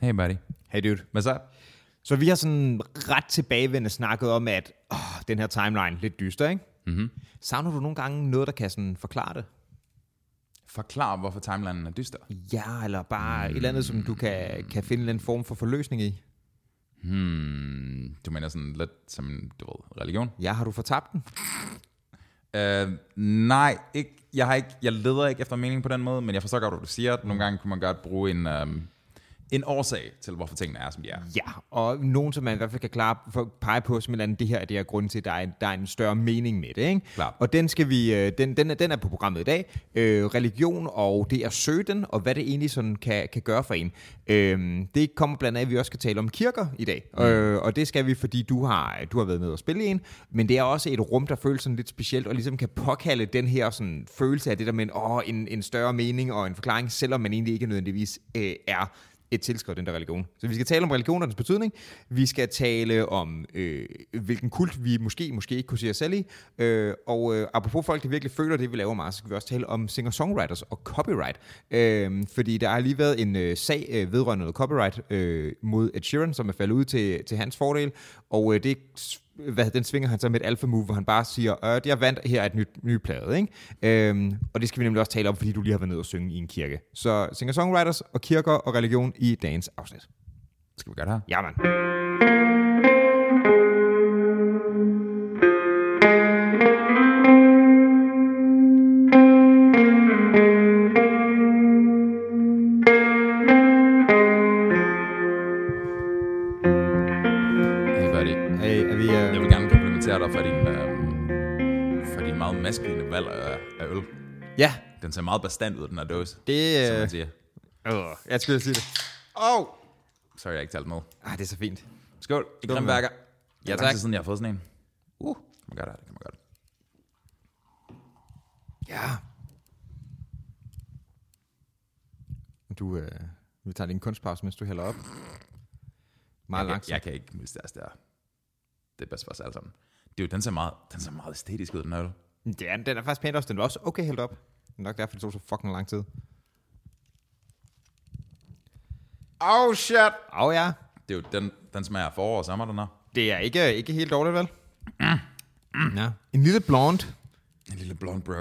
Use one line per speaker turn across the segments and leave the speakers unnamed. Hey buddy,
Hey dude.
what's up?
Så vi har sådan ret tilbagevendende snakket om, at åh, den her timeline lidt dyster, ikke?
Mhm.
Savner du nogle gange noget, der kan sådan forklare det?
Forklar, hvorfor timelinen er dyster.
Ja, eller bare mm. et eller andet, som du kan, kan finde en form for forløsning i?
Hmm, du mener sådan lidt som, en, du ved, religion?
Ja, har du fortabt den?
Uh, nej, ikke, jeg, har ikke, jeg leder ikke efter mening på den måde, men jeg forstår godt, hvad du siger. Nogle gange kunne man godt bruge en, um, en årsag til, hvorfor tingene er, som de er.
Ja, og nogen, som man i hvert fald kan klare, for, pege på som et eller andet, det her er det her grund til, at der er, en- der er en større mening med det. Ikke?
Klart.
Og den, skal vi, øh, den, den, er, den er på programmet i dag. Øh, religion, og det er søden, og hvad det egentlig sådan kan, kan gøre for en. Øh, det kommer blandt andet, at vi også skal tale om kirker i dag. Mm. Øh, og det skal vi, fordi du har, du har været med og spille i en. Men det er også et rum, der føles sådan lidt specielt, og ligesom kan påkalde den her sådan, følelse af det der med en, åh, en, en større mening og en forklaring, selvom man egentlig ikke nødvendigvis øh, er et tilskrevet den der religion. Så vi skal tale om religionernes betydning. Vi skal tale om, øh, hvilken kult vi måske, måske ikke kunne se os selv i. Øh, og øh, apropos folk, der virkelig føler det, vi laver meget, så skal vi også tale om singer-songwriters og copyright. Øh, fordi der har lige været en øh, sag øh, vedrørende noget copyright øh, mod Ed Sheeran, som er faldet ud til, til hans fordel. Og øh, det s- hvad, hedder- den svinger han så med et alfa move, hvor han bare siger, øh, jeg vandt, her er et nyt, nyt plade. Ikke? Øhm, og det skal vi nemlig også tale om, fordi du lige har været nede og synge i en kirke. Så singer-songwriters og kirker og religion i dagens afsnit.
Skal vi gøre det her?
Jamen.
Hey buddy,
Hey, er vi,
jeg
øh,
vil gerne komplimentere dig for din, um, for din meget maskuline valg af, af øl.
ja,
Den ser meget bestand ud, den her dåse, som
det...
man
Øh,
siger.
øh, jeg skulle sige det. Åh! Oh.
Sorry, jeg har ikke talt med.
Ah, det er så fint.
Skål, i
Skål,
Grimværker. Ja,
tak.
tak. siden, jeg har fået sådan en.
Uh,
Kan man gøre det, her, det kan man gøre det.
ja. Du, øh, vi tager lige en kunstpause, mens du hælder op. Meget
jeg,
langsomt.
jeg, jeg kan ikke modstå det der. Det er bedst for os alle sammen. Det er jo, den ser meget, den ser meget æstetisk ud, den her øl.
Det er, den er faktisk pænt også. Den var også okay hældt op. Det er nok derfor, det tog så fucking lang tid.
Oh shit!
Åh oh, ja,
Det er jo, den, den smager af forår og sommer, den her.
det er ikke, ikke helt dårligt, vel? Mm. Ja. En lille blond.
En lille blond bro.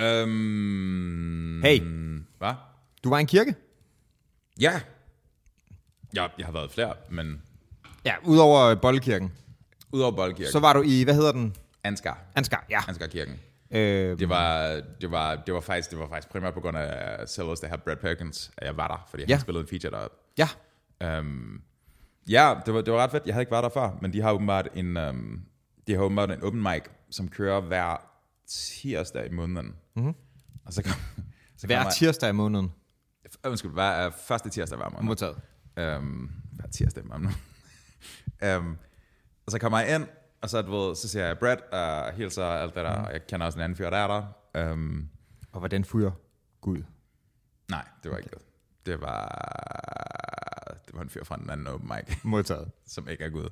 Øhm,
Hey.
Hvad?
Du var i en kirke?
Ja. Jeg, jeg har været i flere, men
Ja, udover øh, Boldekirken.
udover Boldkirken.
Så var du i, hvad hedder den?
Ansgar.
Ansgar, ja.
Ansgarkirken.
Øh,
Det var, det, var, det, var faktisk, det var faktisk primært på grund af selveste her Brad Perkins, at jeg var der, fordi
Ja.
han spillede en feature deroppe.
ja.
Um, ja, det var, det var ret fedt. Jeg havde ikke været der før, men de har åbenbart en, um, de har åbenbart en open mic, som kører hver tirsdag i måneden. Mm-hmm. Og så kom, så
Hver
kommer-
tirsdag i måneden.
Øh, Undskyld, hver uh, første tirsdag hver måned.
Modtaget.
Um, hver tirsdag hver måned. um, og så kommer jeg ind, og så, du ved, så siger jeg Brad, og uh, hilser og alt det der. Og jeg kender også en anden fyr, der er der. Um,
Og hvordan fyrer Gud?
nej, det var ikke okay. det. var, det var en fyr fra en anden open mic.
Modtaget.
som ikke er Gud.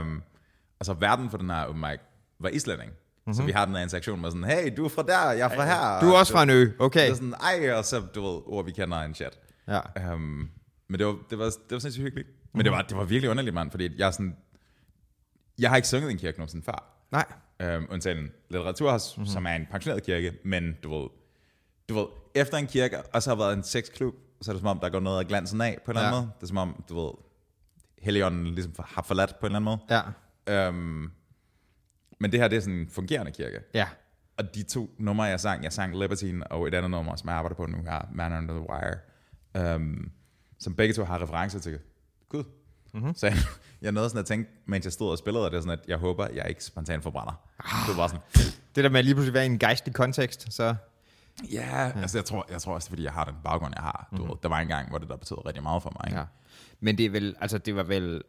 Um, altså verden for den her open mic var islænding. Mm-hmm. Så vi har den her interaktion med sådan, hey, du er fra der, jeg er fra her.
Mhm. Du er også fra en ø, okay.
Det er sådan, ej, og så, du ved, ord vi kender en chat.
Ja.
Um, men det var, det var, det var sindssygt hyggeligt. Men
Mhm.
det var, det var virkelig underligt, mand, fordi jeg er sådan, jeg har ikke sunget i en kirke nogensinde før.
Nej.
Øhm, undtagen Litteraturhus, mm-hmm. som er en pensioneret kirke, men du ved, du ved, efter en kirke, og så har været en sexklub, så er det som om, der går noget af glansen af på en eller anden
Ja.
måde. Det er som om, du ved, Helligånden ligesom for- har forladt på en eller anden
Ja.
måde. Øhm, men det her, det er sådan en fungerende kirke.
Ja.
Og de to numre, jeg sang, jeg sang Libertine og et andet nummer, som jeg arbejder på nu her, Man Under the Wire, øhm, som begge to har referencer til Gud. Mm-hmm. Så jeg, jeg nåede sådan at tænke, mens jeg stod og spillede, og det er sådan, at jeg håber, jeg ikke spontant forbrænder. Det var bare sådan,
Det der med at lige pludselig være i en gejstlig kontekst, så...
Ja, yeah. altså jeg tror, jeg tror også, det er, fordi jeg har den baggrund, jeg har. Du mm-hmm. ved, der var en gang, hvor det der betød rigtig meget for mig. Ikke?
Ja. Men det er vel, altså det var vel,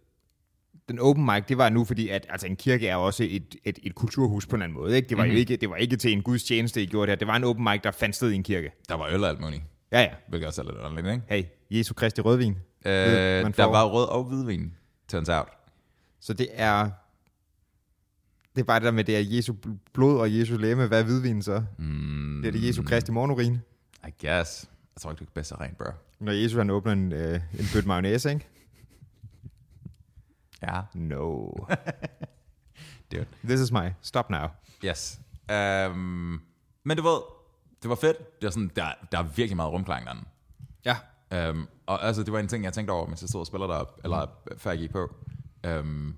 den open mic, det var nu, fordi at, altså en kirke er jo også et, et, et kulturhus på en eller anden måde, ikke? Det var mm-hmm. jo ikke, det var ikke til en gudstjeneste, I gjorde det her. Det var en open mic, der fandt sted i en kirke.
Der var øl og alt muligt,
Ja, ja.
hvilket også er lidt underligt, ikke?
Hey, Jesu Kristi rødvin.
Øh,
man
der
får-
var rød og hvidvin, turns out.
Så det er, det er bare det der med, det er Jesu bl- blod og Jesu læme. Hvad er hvidvin så? Mm. Det er det Jesu Kristi morgenurin.
I guess. Jeg tror ikke, det er bedst at rent bør.
Når Jesus han åbner en, øh, en bøtte mayonnaise, ikke?
Ja.
No.
Dude.
This is my. Stop now.
Yes. Um, men du ved, det var fedt. Det var sådan, der, der er virkelig meget rumklang derinde.
Ja.
Um, og altså, det var en ting, jeg tænkte over, mens jeg stod og spillede derop, eller før jeg gik på. Um,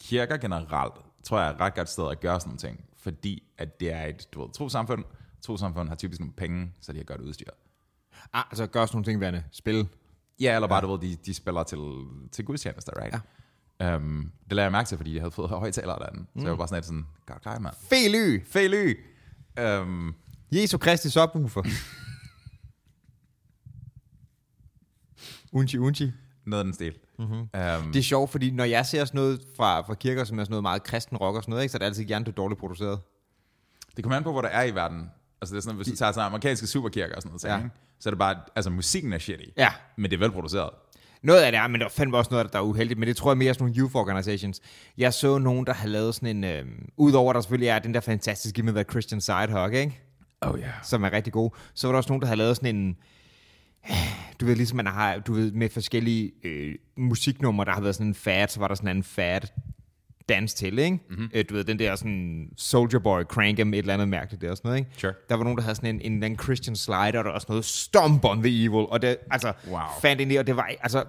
kirker generelt, tror jeg, er et ret godt sted at gøre sådan nogle ting, fordi at det er et, du ved, trosamfund. Trosamfund har typisk nogle penge, så de har godt udstyr.
Ah, så gør sådan nogle ting, Vanne. Spil.
Ja, eller bare, ja. du ved, de, de spiller til, til gudstjenester, right? Ja. Um, det lader jeg mærke til, fordi jeg havde fået højtalere derinde. Mm. Så jeg var bare sådan lidt sådan, godt klar, mand.
Fely!
Fely! Um,
Jesu Kristis opwoofer. unchi, unchi.
noget af den stil. Mm-hmm. Um,
Det er sjovt, fordi når jeg ser sådan noget fra, fra kirker, som er sådan noget meget kristen rock og sådan noget, ikke, så er det altid gerne det dårligt produceret.
Det kommer an på, hvor der er i verden. Altså det er sådan, hvis du tager sådan amerikanske superkirker og sådan noget, ting,
Ja.
ikke? så er det bare, altså musikken er shitty,
Ja.
men det er velproduceret.
Noget af det er, men der fandt også noget, der er uheldigt, men det tror jeg mere er sådan nogle youth organizations. Jeg så nogen, der havde lavet sådan en, øh, udover der selvfølgelig er den der fantastiske med The Christian Sidehawk, ikke?
Oh yeah.
som er rigtig gode. Så var der også nogen, der havde lavet sådan en... Du ved, ligesom man har, du ved, med forskellige øh, musiknumre, der har været sådan en fad, så var der sådan en anden fad dans til, ikke?
Mhm.
Mm-hmm. Øh, du ved, den der sådan Soldier Boy, Crank 'em, et eller andet mærkeligt der og sådan noget, ikke?
Sure.
Der var nogen, der havde sådan en, en, en Christian Slider, og der var sådan noget Stomp on the Evil, og det, altså,
Wow.
fandt ind i, og det var, altså,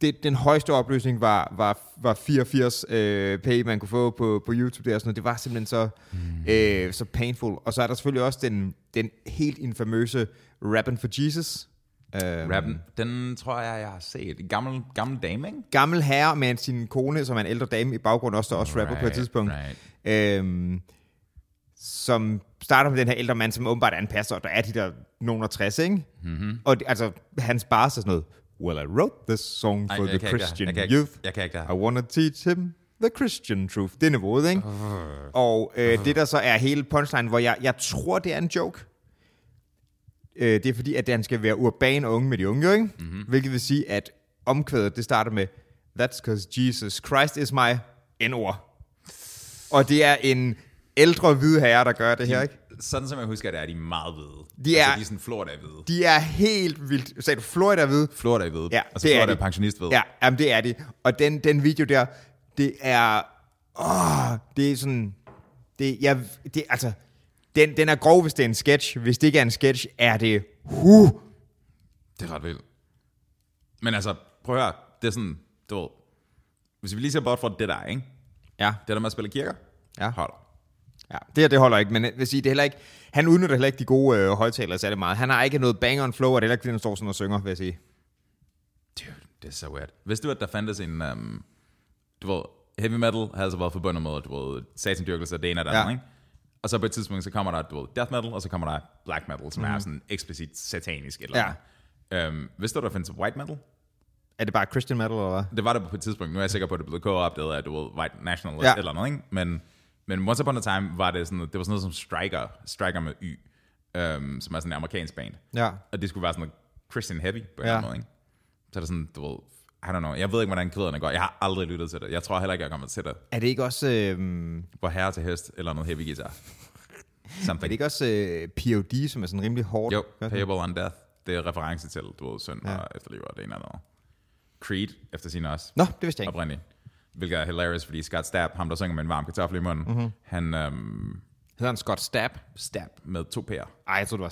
det, den højeste opløsning var, var, var 84 øh, p, man kunne få på, på YouTube der og sådan noget. Det var simpelthen så, mm. øh, så painful. Og så er der selvfølgelig også den, den helt infamøse Rappen for Jesus. Øh,
Rappen, den tror jeg, jeg har set. En Gammel, gammel dame, ikke?
gammel herre med sin kone, som er en ældre dame i baggrunden, også der også rapper på et
Right,
tidspunkt.
right.
Øhm, som starter med den her ældre mand, som åbenbart er en pastor, og der er de der nogen og 60, ikke? Mm-hmm. Og det, altså, han sparer sig sådan noget, Well, I wrote this song
Ej,
for
jeg
the
kan ikke det her.
Christian
Jeg kan ikke-
youth.
jeg kan ikke det her.
I wanna teach him the Christian truth. Det er niveauet, ikke? Og øh, det der så er hele punchline, hvor jeg, jeg tror, det er en joke, øh, det er fordi, at han skal være urban og unge med de unge, jo, ikke? Mm-hmm. Hvilket vil sige, at omkvædet, det starter med, That's because Jesus Christ is my N-ord. Og det er en ældre hvid herre, der gør det her, ikke?
Sådan som jeg husker det, er de meget hvide.
De
altså,
er-
de er sådan Florida-hvide.
De er helt vildt... Sagde du Florida-hvide?
Florida-hvide.
Ja,
altså,
det er
Florida
de.
pensionist ved.
Ja, jamen det er det. Og den, den video der, det er... Åh, det er sådan... Det, jeg, det, altså, den, den er grov, hvis det er en sketch. Hvis det ikke er en sketch, er det... Huh,
Det er ret vildt. Men altså, prøv at høre. Det er sådan, du ved, hvis vi lige ser bort fra det der, ikke?
ja,
Det der med at spille kirker,
Ja.
holder.
Ja, det her det holder ikke, men jeg vil sige, det er heller ikke, han udnytter heller ikke de gode øh, højtalere særlig meget. Han har ikke noget bang on flow, og det er heller ikke, fordi han står sådan og synger, vil jeg sige.
Dude, det er så weird. Vidste du, at der fandtes en... Um, du ved, heavy metal har altså været forbundet med, du ved, satandyrkelse og det ene og det andet,
Ja.
ikke? Og så på et tidspunkt, så kommer der, du ved, death metal, og så kommer der black metal, som mm. er sådan eksplicit satanisk eller
Mhm. Ja.
andet. Um, vidste du, der findes white metal?
Er det bare Christian metal, eller hvad?
Det var det på et tidspunkt. Nu er jeg sikker på, at det blev co-opdaget af, du ved, white national
Ja.
ja. eller noget, ikke? Men, men once upon a time var det sådan, det var sådan noget som Striker, Striker med Y, um, som er sådan en amerikansk band.
Ja.
Og det skulle være sådan noget Christian Heavy på en
Ja.
ja. måde, ikke? Så er det sådan, du ved, I don't know. Jeg ved ikke, hvordan kvæderne går. Jeg har aldrig lyttet til det. Jeg tror heller ikke, jeg kommer til det.
Er det ikke også, øh,
Hvor herre til hest eller noget heavy guitar.
er det
Something.
ikke også øh, POD, som er sådan rimelig hårdt?
Jo,
Gør sådan-
Payable on Death. Det er reference til, du ved, søn ja. og efterlever og det ene eller andet. Creed, efter sin også.
Nå, det vidste jeg ikke.
Oprindeligt. Hvilket er hilarious, fordi Scott Stapp, ham der synger med en varm kartoffel i munden,
Mhm.
mm-hmm. han øhm,
Hedder han Scott Stapp?
Stapp med to p'er.
Ej, jeg troede, det var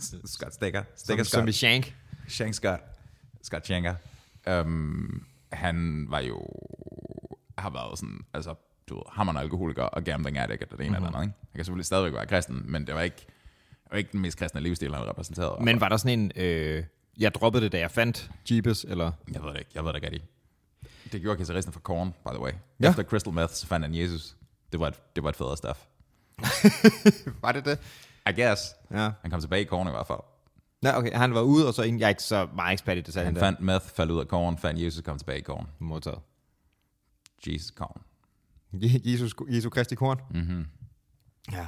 sådan,
Scott Stikker.
som,
Stikker Scott.
som i Shank.
Shank Scott. Scott Shanker. Um, han var jo... Har været sådan... Altså, du ved, hammerne alkoholiker og gambling addict og det ene mm-hmm.
Mhm.
eller andet, ikke? Han kan selvfølgelig stadigvæk være kristen, men det var ikke, det var ikke den mest kristne livsstil, han repræsenterede.
Men var der sådan en, øh, jeg droppede det, da jeg fandt Jeebus, eller?
Jeg ved det ikke. Jeg ved det ikke rigtig. Det gjorde guitaristen for Korn, by the way.
Ja.
Ja. Efter Crystal Meth, så fandt han Jesus. Det var et, det var et federe stuff.
Var det det?
I guess.
Ja.
Han kom tilbage i Korn i hvert fald.
Nå, okay, han var ude, og så en, jeg er ikke så meget ekspert i det, sagde han
Han
der.
fandt Meth, faldt ud af Korn, fandt Jesus, kom tilbage i Korn.
Modtaget.
Jesus Korn.
Je- Jesus, Jesu Kristi korn. Mm-hmm. Ja.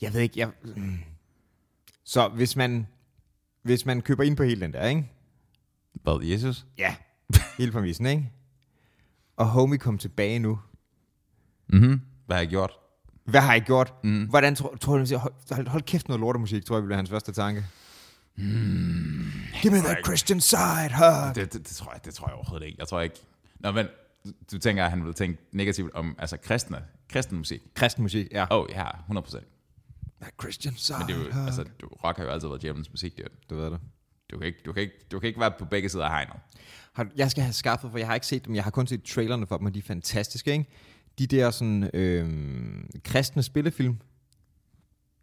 Jeg ved ikke, jeg... Mm. Så hvis man, hvis man køber ind på hele den der, ikke?
Hvad, Jesus?
Ja. hele præmissen, ikke? Og homie kom tilbage nu.
Mhm. Hvad har jeg gjort?
Hvad har I gjort? Mm. Hvordan tror, tror du, han siger, hold, hold, hold kæft noget lortemusik, tror jeg, ville være hans første tanke. Give me that Christian side, huh?
Det, det, det, tror jeg, det tror jeg overhovedet ikke. Jeg tror ikke... Nå, men du tænker, at han vil tænke negativt om altså kristne, kristen musik.
Kristen musik, ja.
Åh, oh, ja, 100 procent.
That Christian side,
Det er jo, altså, du, rock har jo altid været djævelens musik, det er-
Du ved det.
du kan, ikke, du, kan ikke, du kan ikke være på begge sider af hegnet.
Har, jeg skal have skaffet, for jeg har ikke set dem. Jeg har kun set trailerne for dem, og de er fantastiske, ikke? De der sådan, øh, kristne spillefilm.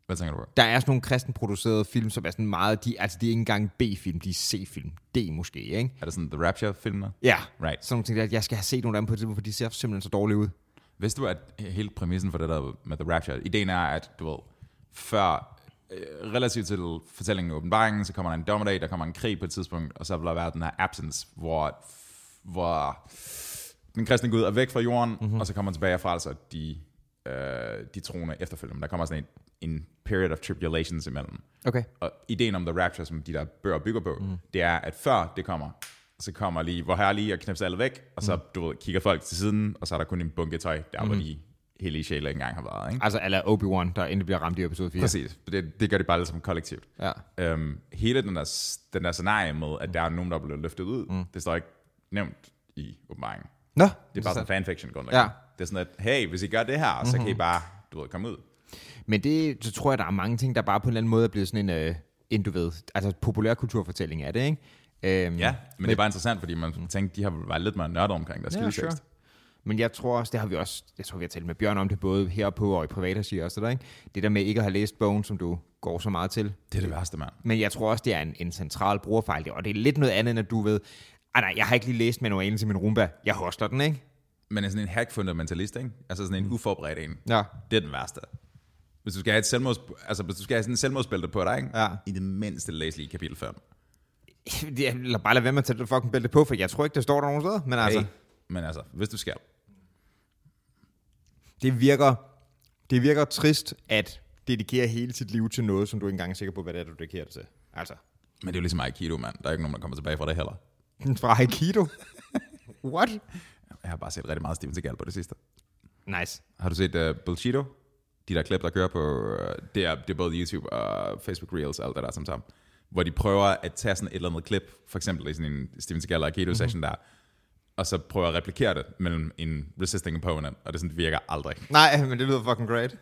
Hvad tænker du på?
Der er sådan nogle kristenproducerede film, som er sådan meget... De, altså, de er ikke engang B-film, de er C-film. D måske, ikke?
Er det sådan The Rapture-filmer?
Ja.
Right.
Sådan nogle ting der, jeg skal have set nogle af dem på et tidspunkt, for de ser simpelthen så dårlige ud.
Vidste du, at hele præmissen for det der med The Rapture, ideen er, at du ved, før øh, relativt til fortællingen i åbenbaringen, så kommer der en dommedag, der kommer en krig på et tidspunkt, og så vil der være den her absence, hvor, hvor den kristne Gud er væk fra jorden, mm-hmm. og så kommer han tilbage fra altså de, øh, de troende efterfølgende. Der kommer sådan en, en period of tribulations imellem.
Okay.
Og ideen om The Rapture, som de der bøger bygger på, mm. det er, at før det kommer, så kommer lige, hvor her lige og knipser alle væk, og så du ved, kigger folk til siden, og så er der kun en bunke tøj, der mm. hvor de hellige sjæle ikke engang har været. Ikke?
Altså, ala Obi-Wan, der endelig bliver ramt i episode 4.
Præcis. Det, det gør det bare lidt som kollektivt.
Ja.
Øhm, hele den der, den der scenarie med, at der er nogen, der bliver løftet ud, mm. det står ikke nævnt i åbenbaringen.
Nå,
Det er bare sådan fanfiction grundlæggende.
Ja.
Det er sådan, at hey, hvis I gør det her, så mm-hmm. kan I bare, du ved, komme ud.
Men det, så tror jeg, der er mange ting, der bare på en eller anden måde er blevet sådan en, øh, en du ved, altså populærkulturfortælling af det, ikke? Øhm,
Ja, men, men det er bare interessant, fordi man mm. tænkte, de har været lidt mere nørdet omkring deres ja, sure.
Men jeg tror også, det har vi også, jeg tror, vi har talt med Bjørn om det, både heroppe og i privat regi også, der, ikke? Det der med ikke at have læst bogen, som du går så meget til.
Det er det værste, mand.
Men jeg tror også, det er en, en central brugerfejl, det- og det er lidt noget andet, end at du ved, ah nej, jeg har ikke lige læst manualen til min rumba, jeg hostler den, ikke?
Men er sådan en hack-fundamentalist, ikke? Altså sådan en uforberedt en.
Ja.
Det er den værste. Hvis du skal have, et selvmords, altså, hvis du skal have sådan en selvmordsbælte på dig, ikke?
Ja.
I det mindste læs lige kapitel 5.
Det er- Eller bare lad være med at tage det fucking bælte på, for jeg tror ikke, det står der nogen steder, men altså...
Hey. Men altså, hvis du skal.
det virker, det virker trist at dedikere hele sit liv til noget, som du ikke engang er sikker på, hvad det er, du dedikerer det til. Altså,
Men det er jo ligesom Aikido, mand. Der er ikke nogen, der kommer tilbage fra det heller.
fra Aikido. What?
Jeg har bare set rigtig meget Steven Seagal på det sidste.
Nice.
Har du set uh, Bullshito? De der klip, der kører på... Uh, det, er, det er både YouTube og Facebook Reels og alt det der som sammen. Hvor de prøver at tage sådan et eller andet klip, for eksempel i sådan en Steven Seagal Aikido session mm-hmm. der, og så prøver at replikere det mellem en resisting opponent, og det sådan det virker aldrig.
Nej, men det lyder fucking great.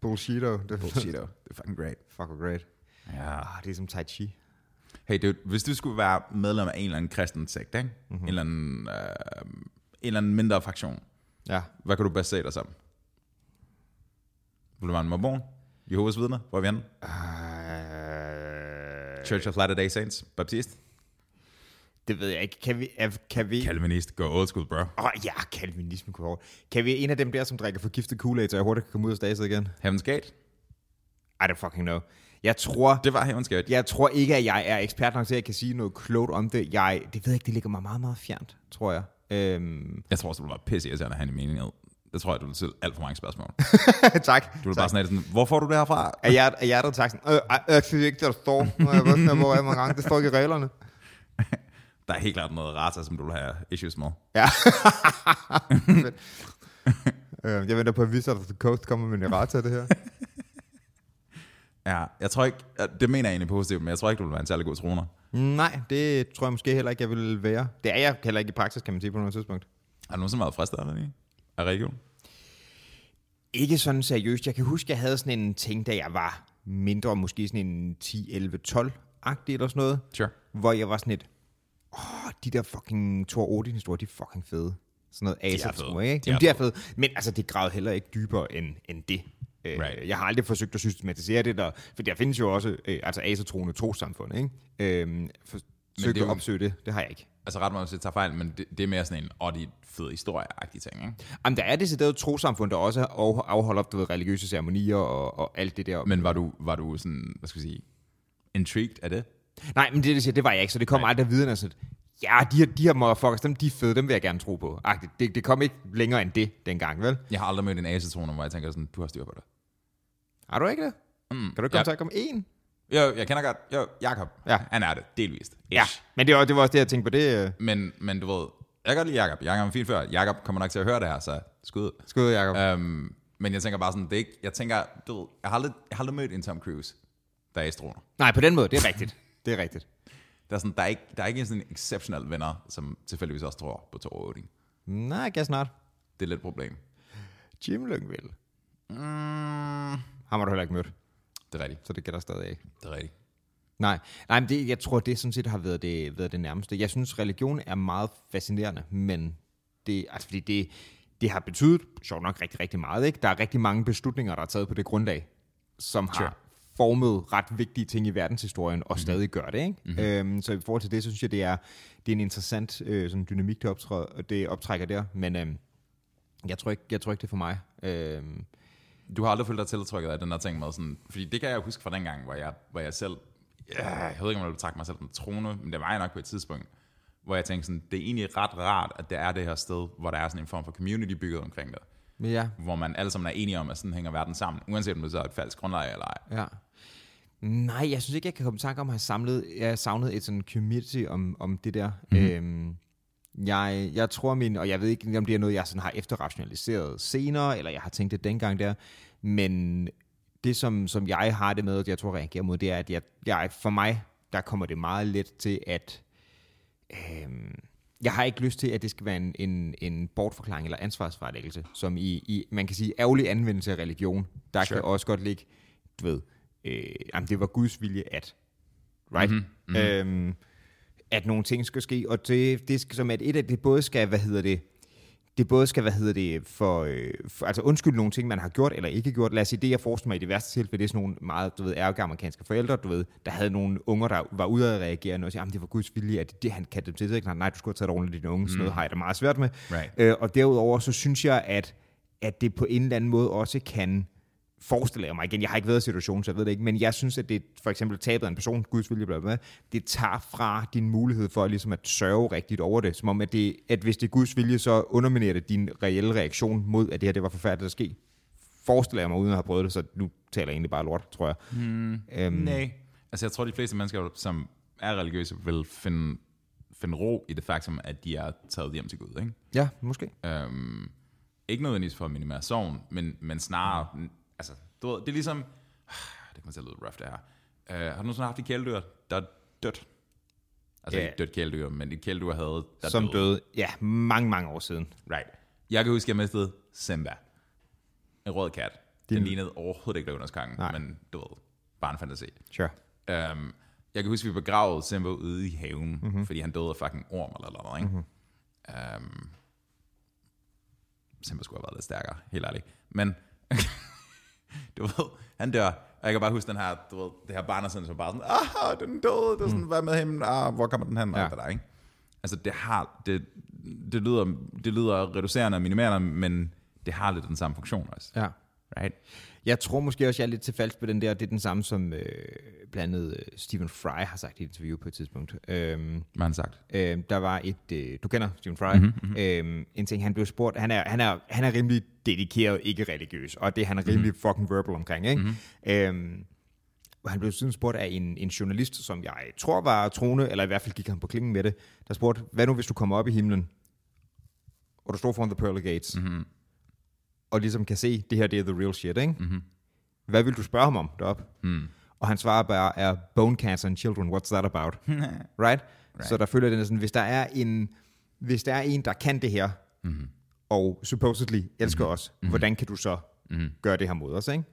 Bullshito. Det
Bullshito. Det er fucking great.
fucking great.
Ja.
Ah, det er som Tai Chi.
Hey dude, hvis du skulle være medlem af en eller anden kristen sekt, ikke? Mm-hmm. En, eller anden, øh, en eller anden mindre fraktion,
Ja.
hvad kan du bedst se dig som? Vil du være en mormon? Jehovas vidner? Hvor er vi henne?
Uh,
Church of Latter-day Saints? Baptist?
det ved jeg ikke. Kan vi... er- Kan vi... Åh,
Calvinist? Go old school, bro.
oh, ja, kalvinisme kunne over. Kan vi en af dem der, som drikker forgiftet Kool-Aid, så jeg hurtigt kan komme ud af staset igen?
Heaven's Gate?
I don't fucking know. Jeg tror,
Det var Heaven's Gate.
Jeg tror ikke, at jeg er ekspert nok til, at jeg kan sige noget klogt om det. Jeg, det ved jeg ikke, det ligger mig meget, meget fjernt, tror jeg. Øhm,
Jeg tror også, du var pisse irriterende at have en menighed. Det tror jeg, du ville stille alt for mange spørgsmål.
tak.
Du ville bare sådan, have det sådan, hvor får du det herfra?
Er jeg, er jeg der tak sådan, øh, ej, jeg synes ikke, der står, når jeg ved, sådan, hvor er man gang, det står ikke i reglerne.
Der er helt klart noget rata, som du vil have issues med.
Ja. øh, jeg venter på, at Wizard of the Coast kommer med en errata af det her.
Ja, jeg tror ikke, det mener jeg egentlig positivt, men jeg tror ikke, du vil være en særlig god troner.
Nej, det tror jeg måske heller ikke, jeg vil være. Det er jeg heller ikke i praksis, kan man sige på noget tidspunkt.
Har du nogensinde været fristet af det? Af religion?
Ikke sådan seriøst. Jeg kan huske, jeg havde sådan en ting, da jeg var mindre, måske sådan en 10, 11, 12-agtig eller sådan noget.
Sure.
hvor jeg var sådan et, åh, de der fucking Thor Odin historier, de er fucking fede. Sådan noget asap
fede.
tror jeg, ikke?
De
Jamen,
er
de er fede. Men altså, det gravede heller ikke dybere end, end det. Øh,
Right.
Jeg har aldrig forsøgt at systematisere det der, for der findes jo også øh, altså asatroende trosamfund, ikke? Øh, forsøgt
det er
at
jo-
opsøge det, det har jeg ikke.
Altså ret meget, hvis jeg tager fejl, men det, det er mere sådan en, åh, det er fed historie-agtig ting, ikke?
Jamen, der er decideret trosamfund, der også af- afholder du ved, religiøse ceremonier og, og alt det der. Men,
Men var du, var du sådan, hvad skal vi sige, intrigued af det?
Nej, men det, det, siger, det var jeg ikke, så det kom aldrig videre, altså, ja, de her, de her motherfuckers, dem de er fede, dem vil jeg gerne tro på. Agtigt. Det, det kom ikke længere end det dengang, vel?
Jeg har aldrig mødt en asetrone, hvor jeg tænker sådan, du har styr på det.
Har du ikke det? Mm, kan du ikke komme
ja.
til at komme en?
Jo, jeg kender godt, jo, Jacob,
Ja.
han er det, delvist. Ish.
men det var, det var også det, jeg tænkte på. Det øh,
Men, men du ved, jeg kan godt lide Jacob. Jacob er en fin før. Jacob kommer nok til at høre det her, så skud.
skud, Jacob. Uh,
Øhm, men jeg tænker bare sådan, det er ikke, jeg tænker, du ved, jeg har aldrig, jeg har aldrig mødt en Tom Cruise, der er astroner.
Nej, på den måde, det er rigtigt. Det er rigtigt.
Der er, sådan, der er ikke, der er ikke sådan en exceptionel venner, som tilfældigvis også tror på Thor Odin.
Nej, ikke snart.
Det er lidt et problem.
Jim Lyngvild.
Mm.
Ham har du heller ikke mødt,
Det er rigtigt.
så det gælder stadig ikke.
Det er rigtigt.
Nej, Nej men det, jeg tror, det sådan set har været det, været det nærmeste. Jeg synes, religion er meget fascinerende, men det, altså, fordi det, det har betydet, sjovt nok, rigtig, rigtig meget. Ikke? Der er rigtig mange beslutninger, der er taget på det grundlag, som har
Sure.
formet ret vigtige ting i verdenshistorien, og stadig gør det. Ikke? Mm-hmm. Øhm, så i forhold til det, så synes jeg, det er, det er en interessant øh, sådan dynamik, det, optræder, det optrækker der. Men øhm, jeg, tror ikke, jeg tror ikke, det er for mig. Øhm,
Du har aldrig følt dig tiltrykket af den her ting med sådan, fordi det kan jeg huske fra den gang, hvor jeg, hvor jeg selv, ja, jeg ved ikke, om jeg ville betragte mig selv som troende, men det var jeg nok på et tidspunkt, hvor jeg tænkte sådan, det er egentlig ret rart, at det er det her sted, hvor der er sådan en form for community bygget omkring det,
men ja,
hvor man alle sammen er enige om, at sådan hænger verden sammen, uanset om det så er et falsk grundlag eller ej.
Ja. Nej, jeg synes ikke, jeg kan komme i tanke om at have samlet, jeg har savnet et sådan community om, om det der. Mm. Øhm, jeg, jeg tror min, og jeg ved ikke, om det er noget, jeg sådan har efterrationaliseret senere, eller jeg har tænkt det dengang der, men det, som, som jeg har det med, og jeg tror, jeg reagerer mod, det er, at jeg, jeg, for mig, der kommer det meget let til, at øhm, jeg har ikke lyst til, at det skal være en, en, en bortforklaring eller ansvarsfralæggelse, som i, i, man kan sige, ærgerlig anvendelse af religion. Der sure.
Sure.
kan også godt ligge, du ved, øh, jamen, det var Guds vilje at, right? Mm-hmm. Mm-hmm. Øhm, at nogle ting skal ske, og det, det skal, som at et af det både skal, hvad hedder det, det både skal, hvad hedder det, for, øh, for altså undskylde nogle ting, man har gjort eller ikke gjort. Lad os sige, det jeg forestiller mig i det værste tilfælde, det er sådan nogle meget, du ved, ærgerlige amerikanske forældre, du ved, der havde nogle unger, der var ude at reagere og sige, jamen det var Guds vilje, at det, han kaldte dem til, det. nej, du skulle have taget dig ordentligt af dine unge, sådan noget har jeg det meget svært med.
Right.
Øh, og derudover, så synes jeg, at, at det på en eller anden måde også kan forestiller jeg mig igen, jeg har ikke været i situationen, så jeg ved det ikke, men jeg synes, at det for eksempel tabet af en person, Guds vilje, bla, bla, bla, det tager fra din mulighed for ligesom at sørge rigtigt over det, som om, at, det, at hvis det er Guds vilje, så underminerer det din reelle reaktion mod, at det her det var forfærdeligt at ske. Forestiller jeg mig, uden at have prøvet det, så nu taler jeg egentlig bare lort, tror jeg. Mm, øhm,
Nej. Altså jeg tror, de fleste mennesker, som er religiøse, vil finde, finde ro i det faktum, at de er taget hjem til Gud, ikke?
Ja, måske.
Øhm, ikke nødvendigvis for at minimere sorgen, men, men snarere, mm. altså, du ved, det er ligesom, det kommer til at lyde rough det her. Øh, har du nogensinde haft et kæledyr, der er dødt? Altså yeah.
Ja.
ikke et dødt kæledyr, men et kæledyr havde, der
Som døde, ja, mange, mange år siden.
Right. Jeg kan huske, jeg mistede Simba. En rød kat. Den
Din-
lignede overhovedet ikke Løvnernes Konge,
Nej.
men du ved, bare en fantasi.
Sure.
Øhm, jeg kan huske, vi begravede Simba ude i haven, mm-hmm. fordi han døde af fucking orm eller noget, ikke? Mm-hmm. Øhm, Simba skulle have været lidt stærkere, helt ærligt. Men, du ved, han dør. Og jeg kan bare huske den her, du ved, det her barnersind, som bare sådan, ah, den døde, det er sådan, hvad med hende, ah, hvor kommer den hen, og
Ja.
alt det der, ikke? Altså, det har, det, det, lyder, det lyder reducerende og minimerende, men det har lidt den samme funktion også.
Ja.
Right?
Jeg tror måske også, jeg er lidt tilfalds på den der. Det er den samme, som øh, blandt andet øh, Stephen Fry har sagt i et interview på et tidspunkt. Øhm,
Man sagt.
øh, der var et, øh, du kender Stephen Fry, mm-hmm. øh, en ting, han blev spurgt, han er, han er, han er rimelig dedikeret, ikke religiøs, og det er han er rimelig fucking verbal omkring, ikke? Mm-hmm. Øh, og han blev siden spurgt af en, en journalist, som jeg tror var troende, eller i hvert fald gik han på klingen med det, der spurgte, hvad nu hvis du kommer op i himlen, og du står foran The Pearly Gates, mm-hmm. og ligesom kan se, det her det er the real shit, ikke? Mm-hmm.
Mhm.
Hvad vil du spørge ham om deroppe? Mm. Og han svarer bare, er bone cancer in children, what's that about? right? right? Så der følger den sådan, hvis der er en, hvis der er en, der kan det her,
Mhm.
mm-hmm. og supposedly elsker mm-hmm. os, hvordan kan du så
Mhm.
mm-hmm. gøre det her mod os, ikke?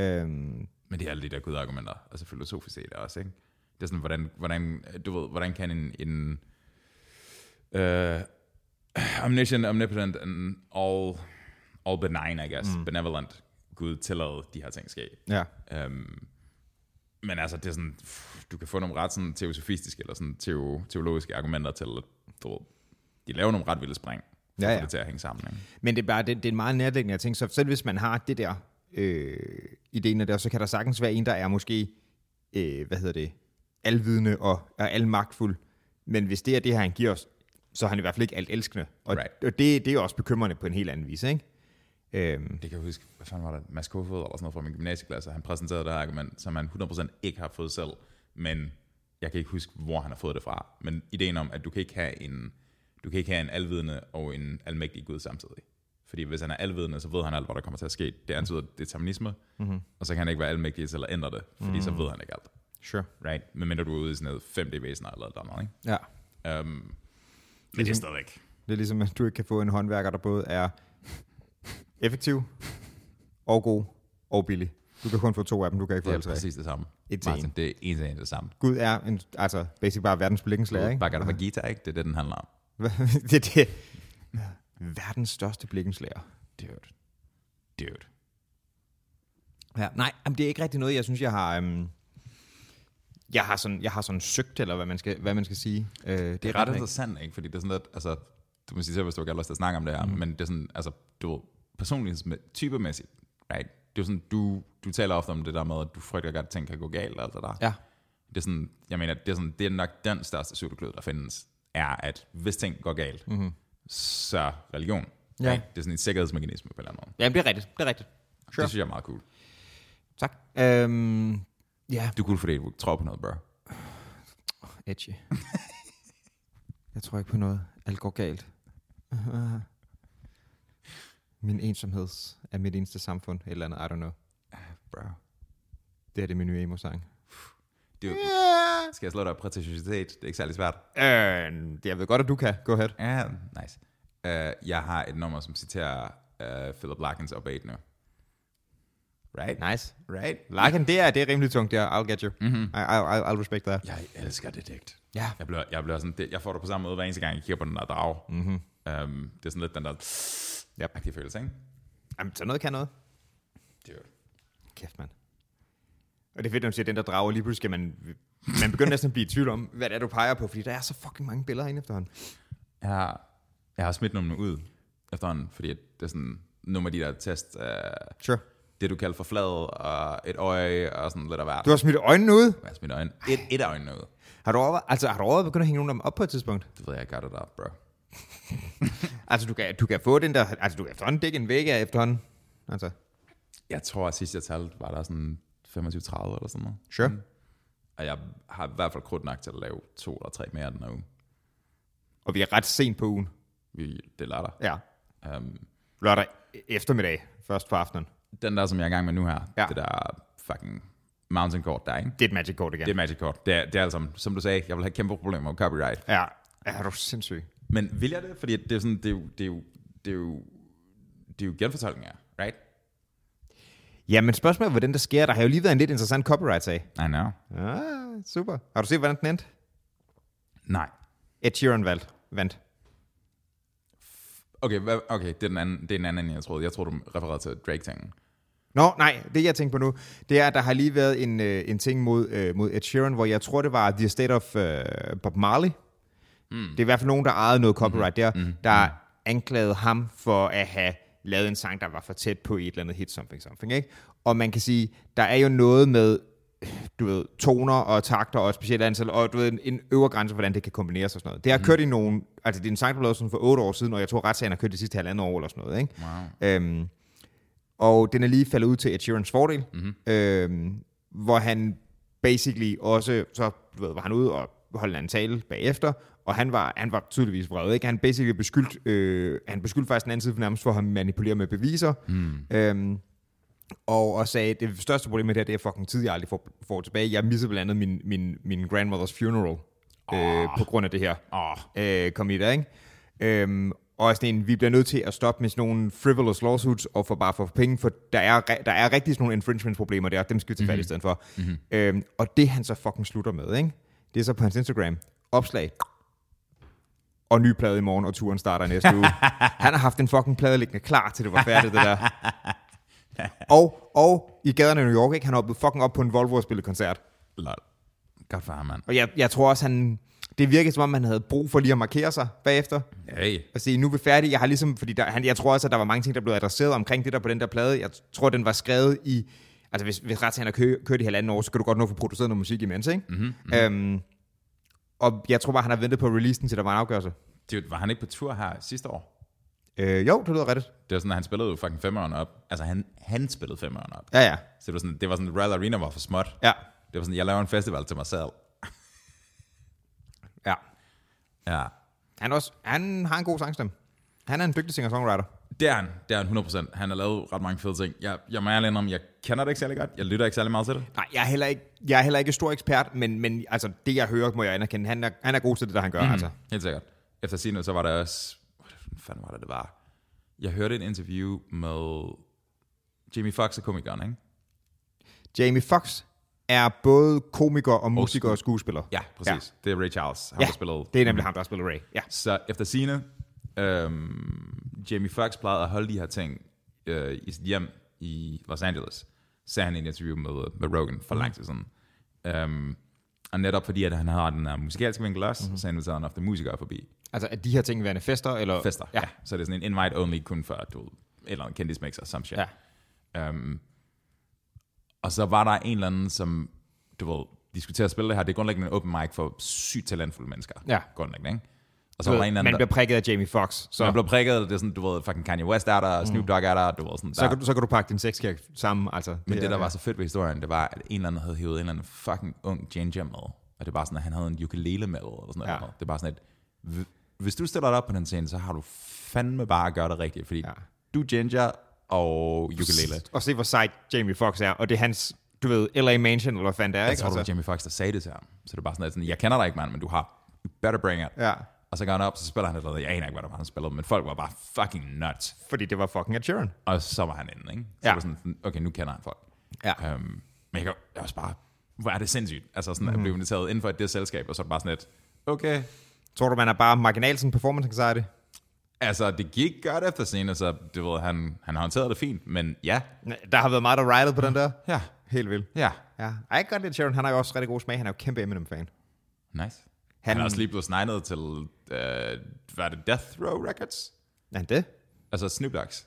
Øhm,
Men det er alle de der gudargumenter, altså filosofisk set også, ikke? Det er sådan, hvordan, hvordan, du ved, hvordan kan en, en uh, omniscient, omnipotent and all, all benign, I guess, mm. benevolent Gud tillade de her ting ske.
ja.
Um, men altså, det er sådan, pff, du kan få nogle ret sådan teosofistiske eller sådan teo, teologiske argumenter til, at du ved, de laver nogle ret vilde spring, for
Ja,
ja, ja.
ja.
det til at hænge sammen. Ikke?
Men det er bare det, det er en meget nærliggende ting. Så selv hvis man har det der øh, idéerne der, så kan der sagtens være en, der er måske, øh, hvad hedder det, alvidende og er almagtfuld. Men hvis det er det her, han giver os, så er han i hvert fald ikke alt elskende. Og,
Right.
og det, det er jo også bekymrende på en helt anden vis, ikke? Øhm,
Det kan jeg huske, hvad fanden var det, Mads Kofod eller sådan noget fra min gymnasieklasse, han præsenterede det her argument, som han 100% ikke har fået selv, men jeg kan ikke huske, hvor han har fået det fra. Men ideen om, at du kan ikke have en, du kan ikke have en alvidende og en almægtig Gud samtidig. Fordi hvis han er alvidende, så ved han alt, hvad der
Mhm.
kommer til at ske. Det antyder determinisme, mm-hmm. og så kan han ikke være almægtig til at ændre det, fordi mm-hmm. så ved han ikke alt.
Sure.
right? Medmindre du er ude i sådan noget 5D-væsener eller et eller andet, ikke?
Ja.
Um, men det er
Ligesom-
stadigvæk.
Det er ligesom, at du ikke kan få en håndværker, der både er effektiv og god og billig. Du kan kun få to af dem, du kan ikke
Det
få
er
alle tre.
præcis det samme.
Et til
Martin,
en.
det er en til en det samme.
Gud er en, altså basic bare verdens blikkenslager, ikke?
Bakker det guitar, ikke? Det er det, den handler om.
Hvad- det er det. Verdens største blikkenslager.
Dude. Dude.
Ja, nej, jamen, det er ikke rigtig noget, jeg synes, jeg har... Øhm, jeg har, sådan, jeg har sådan søgt, eller hvad man skal, hvad man skal sige. Øh,
Det er ret interessant, ikke? Fordi det er sådan lidt, altså, du må sige selv, hvis du ikke har lyst til at snakke om det her, mm. men det er sådan, altså, du ved, personlighedsmæ- typemæssigt, right? Det er jo sådan, du, du taler ofte om det der med, at du frygter godt, at ting kan gå galt og alt det der.
Ja.
Det er sådan, jeg mener, det er, sådan, det er nok den største cykelklød, der findes, er, at hvis ting går galt, mm-hmm. så religion.
Mhm. Ja.
Right? Det er sådan en sikkerhedsmekanisme på en eller anden måde.
Jamen, det er rigtigt. Det er rigtigt. Sure.
Det synes jeg er meget cool.
Tak. Øhm, ja,
Du er cool, fordi du tror på noget, bro.
edgy. jeg tror ikke på noget. Alt går galt. Min ensomhed er mit eneste samfund. Et eller andet, I don't know.
Bro.
Det er det min nye emo-sang.
Det er jo, skal jeg slå dig på prætentiositet? Det er ikke særlig svært.
Øh, jeg ved godt, at du kan. Go ahead.
Ja, nice. Uh, jeg har et nummer, som citerer uh, Philip Larkins opad nu. Right?
Nice.
Right?
Larkin, det er, det er rimelig tungt der. I'll get you. Mm-hmm. I, I, I'll, I'll respect that.
Jeg elsker det digt.
Ja.
Jeg bliver, jeg bliver sådan, det, jeg får det på samme måde, hver eneste gang, jeg kigger på den der drage.
Mhm.
Mm-hmm. Um, det er sådan lidt den der...
Yep.
Agtige følelse, ikke?
Jamen, så noget kan noget.
Dude.
Kæft, mand. Og det er fedt, når du siger, den der drager, lige pludselig skal man... Man begynder næsten at blive i tvivl om, hvad det er, du peger på, fordi der er så fucking mange billeder herinde efterhånden.
Jeg har, jeg har smidt numrene ud efterhånden, fordi at det er sådan nogle af de der test, uh,
Sure.
det du kalder for flad og et øje og sådan lidt af hvert.
Du har smidt øjnene ud.
Jeg har smidt øjne. Et, et øjne ud.
Har du overvejet, altså, har du overvejet at begynde at hænge nogen af dem op på et tidspunkt?
Det ved jeg, jeg gør det der, bro.
Altså, du kan, du kan få den der... Altså, du kan efterhånden dække en væg af efterhånden. Altså,
Jeg tror, at sidst jeg talte, var der sådan 25-30 eller sådan noget.
sure.
Mm. Og jeg har i hvert fald krudt nok til at lave to eller tre mere den her uge.
Og vi er ret sent på ugen.
Vi, det lader
Ja.
der. Um,
Lørdag e- eftermiddag, først på aftenen.
den der, som jeg er i gang med nu her,
Ja.
ja. det der fucking mountain kort der, ikke?
Det er et magic kort igen.
Det er magic kort. Det er, det er altså, som du sagde, jeg vil have kæmpe problemer med copyright.
Ja. Er du sindssyg?
Men vil jeg det? Fordi det er sådan, det er jo, det er jo, det er jo, det er jo genfortolkninger, right?
Ja, men spørgsmålet er, hvordan det sker. Der har jo lige været en lidt interessant copyright-sag.
I know.
Ah, super. Har du set, hvordan den endte?
Nej.
Ed Sheeran valgt. vandt.
Okay, hvad, okay det, er den anden, det er en anden, end jeg troede. Jeg troede, du refererede til Drake-tingen.
Nå, nej, det jeg tænker på nu, det er, at der har lige været en, øh, en ting mod, øh, mod Ed Sheeran, hvor jeg tror, det var The Estate of øh, Bob Marley. Mm. Det er i hvert fald nogen, der ejede noget copyright mm. der, mm. der anklagede ham for at have lavet en sang, der var for tæt på i et eller andet hit, something, something, ikke? Og man kan sige, der er jo noget med, du ved, toner og takter og et specielt antal, og du ved, en, en øvre grænse, for, hvordan det kan kombineres og sådan noget. Det har kørt i nogen, altså det er en sang, der blev lavet sådan for otte år siden, og jeg tror, retssagen har kørt de sidste halvandet år eller sådan noget, ikke? Wow. Øhm, og den er lige faldet ud til Ed Sheerans fordel, mm-hmm. øhm, hvor han basically også, så du ved, var han ude og holdt en tale bagefter, og han var, han var tydeligvis vred, ikke? Han basically beskyldte, øh, han beskyldte faktisk den anden side for nærmest for at have manipuleret med beviser, mm. øhm, og, og sagde, det største problem med det her, det er fucking tid, jeg aldrig får, får tilbage. Jeg missede blandt andet min, min, min grandmothers funeral øh, på grund af det her. Oh. Øh, kom i der, ikke? Øhm, og sådan en, vi bliver nødt til at stoppe med sådan nogle frivolous lawsuits og for bare for penge, for der er, re- der er rigtig sådan nogle infringement-problemer der, og dem skal vi tage fat i stedet for. Mm-hmm. Øhm, og det han så fucking slutter med, ikke? det er så på hans Instagram. Opslag. Og ny plade i morgen, og turen starter næste uge. Han har haft en fucking plade liggende klar, til det var færdigt, det der. Og, og i gaderne i New York, ikke? han hoppede fucking op på en Volvo og spillede koncert.
Lol. Godt for ham, mand.
Og jeg, jeg tror også, han, det virkede som om, han havde brug for lige at markere sig bagefter.
Hey.
Og sige, nu er vi færdige. Jeg har ligesom, fordi der, han, jeg tror også, at der var mange ting, der blev adresseret omkring det der på den der plade. Jeg tror, den var skrevet i... Altså, hvis, hvis retssagen har kø, kørt i halvanden år, så kan du godt nå at få produceret noget musik imens, ikke? Mm-hmm, mm-hmm. Øhm, og jeg tror bare, han har ventet på releasen, til der var en afgørelse.
Dude, var han ikke på tur her sidste år?
Øh, jo, det lyder rigtigt.
Det var sådan, at han spillede jo fucking femeren op. Altså, han, han spillede femeren op.
Ja, ja.
Så det var sådan, det var sådan Royal Arena var for småt.
Ja,
Det var sådan, jeg laver en festival til mig selv.
ja.
Ja.
Han, er også, han har en god sangstemme. Han er en dygtig singer-songwriter.
det er han. Det er han 100%. Han har lavet ret mange fede ting. Jeg, jeg må ærlig indrømme, jeg kender det ikke særlig godt. Jeg lytter ikke særlig meget til det.
Nej, jeg er heller ikke, jeg er heller ikke stor ekspert, men, men altså, det jeg hører, må jeg anerkende. Han er, han er god til det, der han gør. Mm. Altså.
Helt sikkert. Efter sine så var der også... Hvad fanden var det, det var? Jeg hørte et interview med Jamie Foxx og komikeren, ikke?
Jamie Foxx er både komiker og musiker og skuespiller.
Ja, præcis. Ja. Det er Ray Charles. Han
Ja,
har spillet
det er nemlig ham, der har spillet Ray. Ja.
Så efter sine, øhm, Jamie Foxx plejede at holde de her ting øh, i sit hjem i Los Angeles, sagde han i et interview med, med Rogan for lang tid siden. Øhm, og netop fordi, at han har den her musikalske vinkel også,
Mhm.
mm-hmm. så inviterede han ofte musikere forbi
Altså, at de her ting værende fester? Eller?
fester.
Ja.
Ja. Så det er sådan en invite-only kun for, du ved, et eller andet kendismix og some shit.
ja.
Um, og så var der en eller anden, som, du ved, de skulle til at spille det her. Det er grundlæggende en open mic for sygt talentfulde mennesker.
Ja.
Grundlæggende, ikke? Og så
Så
var der en eller anden,
man
der-
bliver prikket af Jamie Foxx, så,
så man blev prikket, det er sådan, du ved, fucking Kanye West er der, Snoop Dogg er der, du ved, sådan
Mm. så,
der.
kan, du, så kan du pakke din sexkirk sammen. Altså,
Men det,
er-
der var så fedt ved historien, det var, at en eller anden havde hævet en eller anden fucking ung ginger med, og det var sådan, at han havde en ukulele med, eller sådan noget.
Ja.
Det var sådan et, hv- hvis du stiller dig op på den scene, så har du fandme bare at gøre det rigtigt, fordi
Ja.
du er ginger og ukulele.
Og se, hvor sejt Jamie Foxx er. Og det er hans, du ved, LA Mansion, eller hvad fanden det er.
Jeg
ikke?
tror, det var
altså,
Jamie Foxx, der sagde det til ham. Så det var bare sådan, at sådan, jeg kender dig ikke, mand, men du har you better bring it.
Altså, ja,
Og så går han op, så spiller han et eller andet. Jeg aner ikke, hvad der var, han spillede, men folk var bare fucking nuts.
fordi det var fucking at Sharon.
Og så var han inde, ikke? Så
Ja.
ja. var sådan, okay, nu kender han folk.
Ja.
Øhm, men jeg kan jeg er også bare, hvor er det sindssygt. Altså sådan, mm. at blive inviteret inden for det selskab, og så er det bare sådan et, okay.
Tror du, man er bare marginal sådan performance anxiety?
Altså, det gik godt efter scenen, så du ved, han, han håndterede det fint, men ja,
Der har været meget, der ridet på den der.
ja,
Helt vildt.
ja,
Ja. Ej, jeg kan godt lide Sharon. Han har jo også rigtig god smag. Han er jo kæmpe Eminem-fan.
nice. Han,
Han-
han er også lige blevet snegnet til, øh, hvad er det, Death Row Records?
Er han det?
Altså Snoop Dogg's.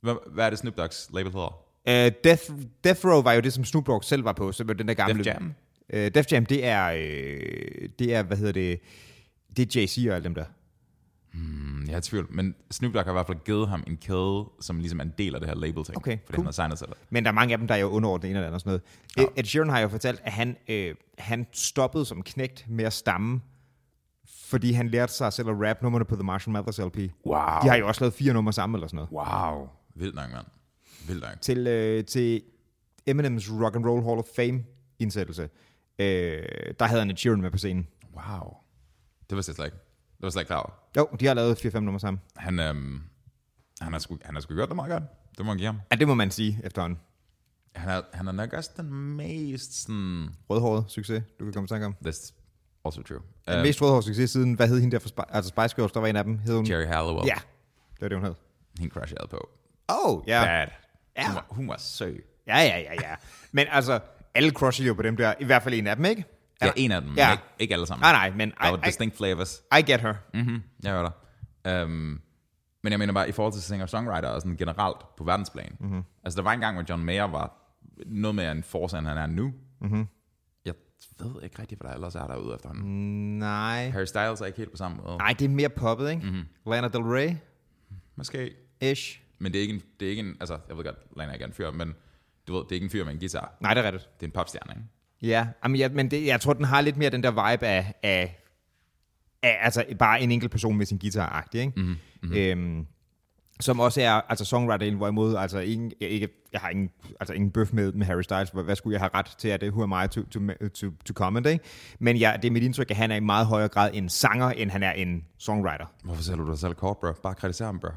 Hvad, hvad er det Snoop Dogg's label hedder?
Uh, Death, Death Row var jo det, som Snoop Dogg selv var på, så var den der gamle...
Def Jam?
Uh, Def Jam, det er, øh, det er, hvad hedder det, det er Jay-Z og alle dem der.
Mm, Jeg er i tvivl, men Snoop Dogg har i hvert fald givet ham en kæde, som ligesom er en del af det her label-ting.
Okay,
fordi
cool.
han har signet sig det.
Men der er mange af dem, der er jo underordnet en eller anden og sådan noget. Ja. Ed Sheeran har jo fortalt, at han, øh, han stoppede som knægt med at stamme, fordi han lærte sig selv at rappe nummerne på The Marshall Mathers LP.
Wow.
De har jo også lavet fire numre sammen eller sådan noget.
Wow. Vildt nok, mand. Vildt nok.
Til, øh, til Eminems Rock and Roll Hall of Fame indsættelse, øh, der havde han Ed Sheeran med på scenen.
Wow. Det var slet ikke. Det var slet ikke klar over.
Jo, de har lavet 4-5 numre sammen.
Han, øhm, han, har sgu, han har sgu gjort det meget godt. Det må jeg give ham.
Ja, det må man sige efterhånden.
Han er, han er nok også den mest sådan...
Rødhåret succes, du kan komme i tanke om.
That's also true.
Den
Øhm,
mest rødhårede succes siden, hvad hed hende der for Spi- altså Spice Girls, der var en af dem. Hed hun?
Jerry Halliwell.
Ja, det var det, hun hed.
Hende crashede på.
Oh, ja.
Bad.
Ja.
Hun var, hun var søg.
Ja, ja, ja, ja. Men altså, alle crusher jo på dem der. I hvert fald en af dem, ikke?
Ja, en af dem.
Ja.
Ja. Ikke, ikke alle sammen.
Nej, nej, men
Der var
I, I,
distinct flavors.
I get her.
Mm-hmm. Jeg hører dig. Um, men jeg mener bare, i forhold til singer-songwriter og sådan generelt på verdensplan. Mm-hmm. Altså, der var en gang, hvor John Mayer var noget mere en force, end han er nu. Mm-hmm. Jeg ved ikke rigtig, hvad der ellers er derude efter ham. Mm.
Nej.
Harry Styles er ikke helt på samme måde.
Nej, det er mere poppet, ikke?
Mhm.
Mm-hmm. Lana Del Rey-ish.
Måske. Men det er ikke en, det er ikke en altså, jeg ved godt, Lana er ikke er en fyr, men du ved, det er ikke en fyr med en guitar.
Nej, det er rigtigt.
Det er en popstjerne, ikke?
Ja, Jamen, jeg, men det, jeg tror, den har lidt mere den der vibe af, af, af altså bare en enkelt person med sin guitar ikke? Mm-hmm. Øhm, som også er altså songwriteren, hvorimod altså ingen, jeg, ikke, jeg har ingen, altså ingen bøf med, med Harry Styles. Hvad, hvad skulle jeg have ret til at det? Who am I to, to, to, to comment, ikke? Men ja, det er mit indtryk, at han er i meget højere grad en sanger, end han er en songwriter.
Hvorfor sælger du dig selv kort, bro? Bare kritiser ham, bro.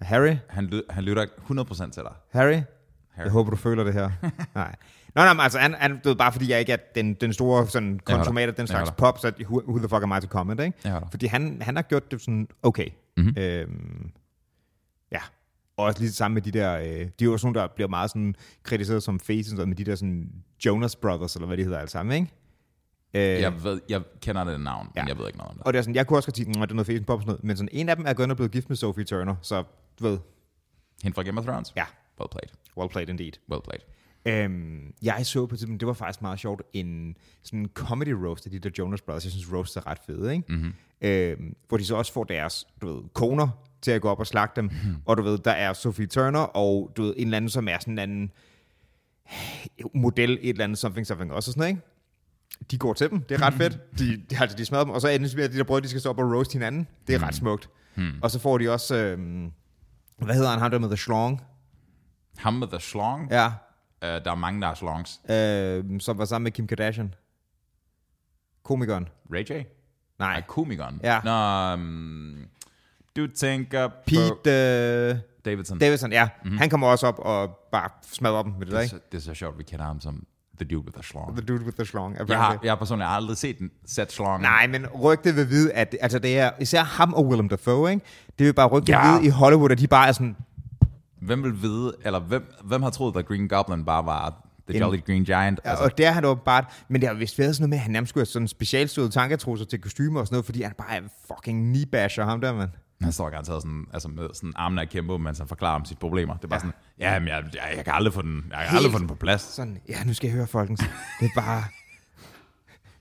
Harry?
Han, ly- han lytter 100% til dig.
Harry? Harry. Jeg håber, du føler det her. nej. Nå, nej, men altså, han, han, du ved, bare fordi jeg ikke er den, den store sådan,
holder.
konsumator, den
Jeg
slags
holder.
pop, så who, who the fuck am I to comment, ikke?
Jeg holder.
Fordi han, han har gjort det sådan, okay. Mm-hmm.
Mhm.
Øhm, ja. Og også lige det samme med de der, øh, de er jo sådan nogle, der bliver meget sådan kritiseret som faces, og sådan noget, med de der sådan Jonas Brothers, eller hvad de hedder alle sammen, ikke? Øh,
Jeg, ved, jeg kender det navn, men
Ja.
jeg ved ikke noget om det.
Og det er sådan, jeg kunne også godt sige, at det er noget faces pop, og sådan noget, men sådan en af dem er gået og blevet gift med Sophie Turner, så du ved,
Hende fra Game of Thrones?
ja,
Well played.
well played indeed.
Well played.
Øhm, jeg så på et tidspunkt, det var faktisk meget sjovt, en sådan en comedy roast af de der Jonas Brothers. Jeg synes, roast er ret fede, ikke? Mm-hmm. Øhm, hvor de så også får deres, du ved, koner til at gå op og slagte dem. Mm-hmm. Og du ved, der er Sophie Turner, og du ved, en eller anden, som er sådan en anden model, et eller andet something, something også og sådan noget, ikke? De går til dem, det er ret fedt. De, de, altså, de smadrer dem, og så endelig bliver de der brød, de skal stå op og roast hinanden. Det er ret smukt. Mm. Og så får de også... Øhm, Hvad hedder han, ham der med The Schlong?
Ham med The Schlong. Ja.
Ja,
Uh, der er mange, der er Schlongs.
øh, som var sammen med Kim Kardashian. Komikeren.
Ray J?
Nej,
Er komikeren?
Ja.
Nå, um, du tænker på...
Pete øh,
Davidson.
Davidson, ja. Mm-hmm. Han kommer også op og bare smadrer dem med det der,
Mhm. det, er
ikke?
så, det er så sjovt, vi kender ham som The Dude with the Schlong.
The dude with the schlong.
Jeg
apparently.
har, jeg har personligt aldrig set den set Schlong.
Nej, men rygtet vil vide, at altså det er især ham og Willem Dafoe, ikke? Det vil bare rygtet
Ja.
ja. vide i Hollywood, at de bare er sådan,
Hvem vil vide, eller hvem, hvem har troet, at Green Goblin bare var The
En-
Jolly Green Giant?
altså.
Altså,
og det er han åbenbart, men det har vist været sådan noget med, at han nærmest skulle have sådan specialstødet tanketrusser til kostymer og sådan noget, fordi han bare er en fucking knee-basher, ham der, mand.
han står garanteret sådan, altså med sådan armene er kæmpe, mens han forklarer om sine problemer. Det er bare sådan, ja, men jeg, jeg, jeg, kan aldrig få den, jeg kan aldrig
Helt-
få den på plads.
Sådan, ja, nu skal jeg høre folkens. Det er bare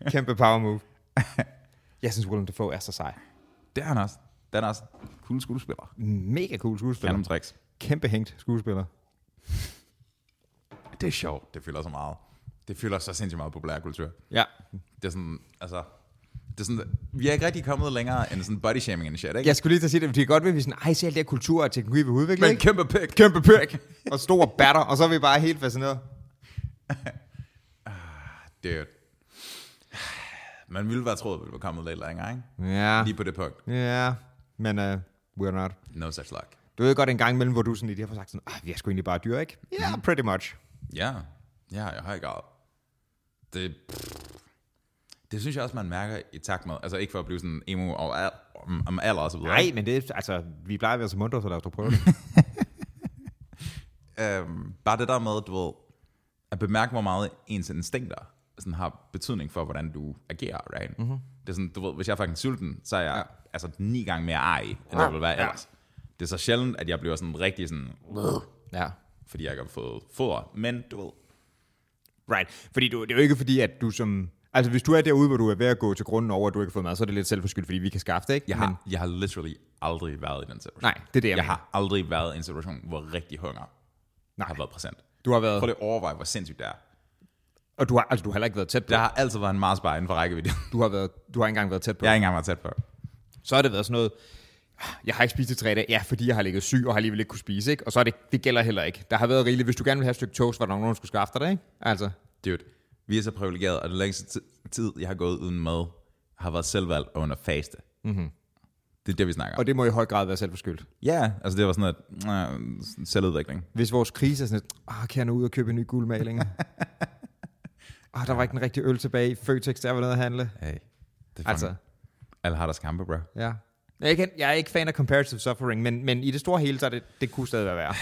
kæmpe power move. Jeg synes, Willem Dafoe er så sej.
Det er han også. Den er også cool skuespiller.
Mega cool skuespiller.
Random tricks.
Kæmpe hængt skuespiller.
Det er sjovt. Det fylder så meget. Det fylder så sindssygt meget populærkultur.
Ja.
Det er sådan, altså... Det er sådan, vi er ikke rigtig kommet længere end sådan body shaming and shit, ikke?
Jeg skulle lige til at sige det, fordi det er godt ved, at vi er sådan, ej, se alt det her kultur og teknologi, vi udvikler.
Men
ikke?
kæmpe pik.
kæmpe pæk og stor batter, og så er vi bare helt fascineret.
Dude. Man ville være troet, at vi var kommet lidt længere, ikke?
Ja,
Lige på det punkt.
ja, men uh, we're not.
No such luck.
Du ved godt en gang imellem, hvor du sådan lige har sagt sådan, ah, vi er sgu egentlig bare dyr, ikke? Ja, yeah, pretty much.
Ja, ja, i høj grad. Det, det synes jeg også, man mærker i takt med, altså ikke for at blive sådan emo over al, om, om alder og så videre.
Nej, men det er, altså, vi plejer at være så mundre, så lad os dog prøve det.
øhm, bare det der med, du ved, at bemærke, hvor meget ens instinkter sådan har betydning for, hvordan du agerer, right?
Mhm.
Mm-hmm. Det er sådan, du ved, hvis jeg er fucking sulten, så er jeg ja. altså ni gange mere ej, end jeg ville være
Ja.
ellers. Det er så sjældent, at jeg bliver sådan rigtig sådan,
ja.
fordi jeg ikke har fået foder, men du ved,
Right, fordi du, det er jo ikke fordi, at du som... Altså, hvis du er derude, hvor du er ved at gå til grunden over, at du ikke har fået mad, så er det lidt selvforskyldt, fordi vi kan skaffe det, ikke?
jeg
Men,
har, jeg har literally aldrig været i den situation.
nej, det er det, jeg,
Jeg
mener.
har aldrig været i en situation, hvor rigtig hunger Nej.
Nej.
har været præsent.
Du har
Prøv
været...
lige at overveje, hvor sindssygt det er.
Og du har, altså, du har heller ikke været tæt på.
Der har altid været en Mars bar inden for rækkevidde.
Du har, været, du har ikke engang været tæt på.
Jeg har ikke engang været tæt på.
så har det været sådan noget, jeg har ikke spist i tre dage, ja, fordi jeg har ligget syg og har alligevel ikke kunne spise, ikke? Og så er det, det gælder heller ikke. Der har været rigeligt, hvis du gerne vil have et stykke toast, var der nogen, der skulle skaffe dig det, ikke? Altså,
Dude, vi er så privilegerede, og den længste ti- tid, jeg har gået uden mad, har været selvvalgt og under faste. Mm-hmm. Det er det, vi snakker om.
og det må i høj grad være selvforskyldt.
Ja, altså det var sådan noget øh, selvudvikling.
Hvis vores krise er sådan et, ah, kan jeg nå ud og købe en ny guldmaling? ah, der var ikke den rigtige øl tilbage i Føtex, der var nede at handle.
Hey, det er altså.
Altså,
Alle har deres kampe, bro.
ja. Jeg er, ikke, jeg er ikke fan af comparative suffering, men, men i det store hele, så er det, det kunne stadig være værre.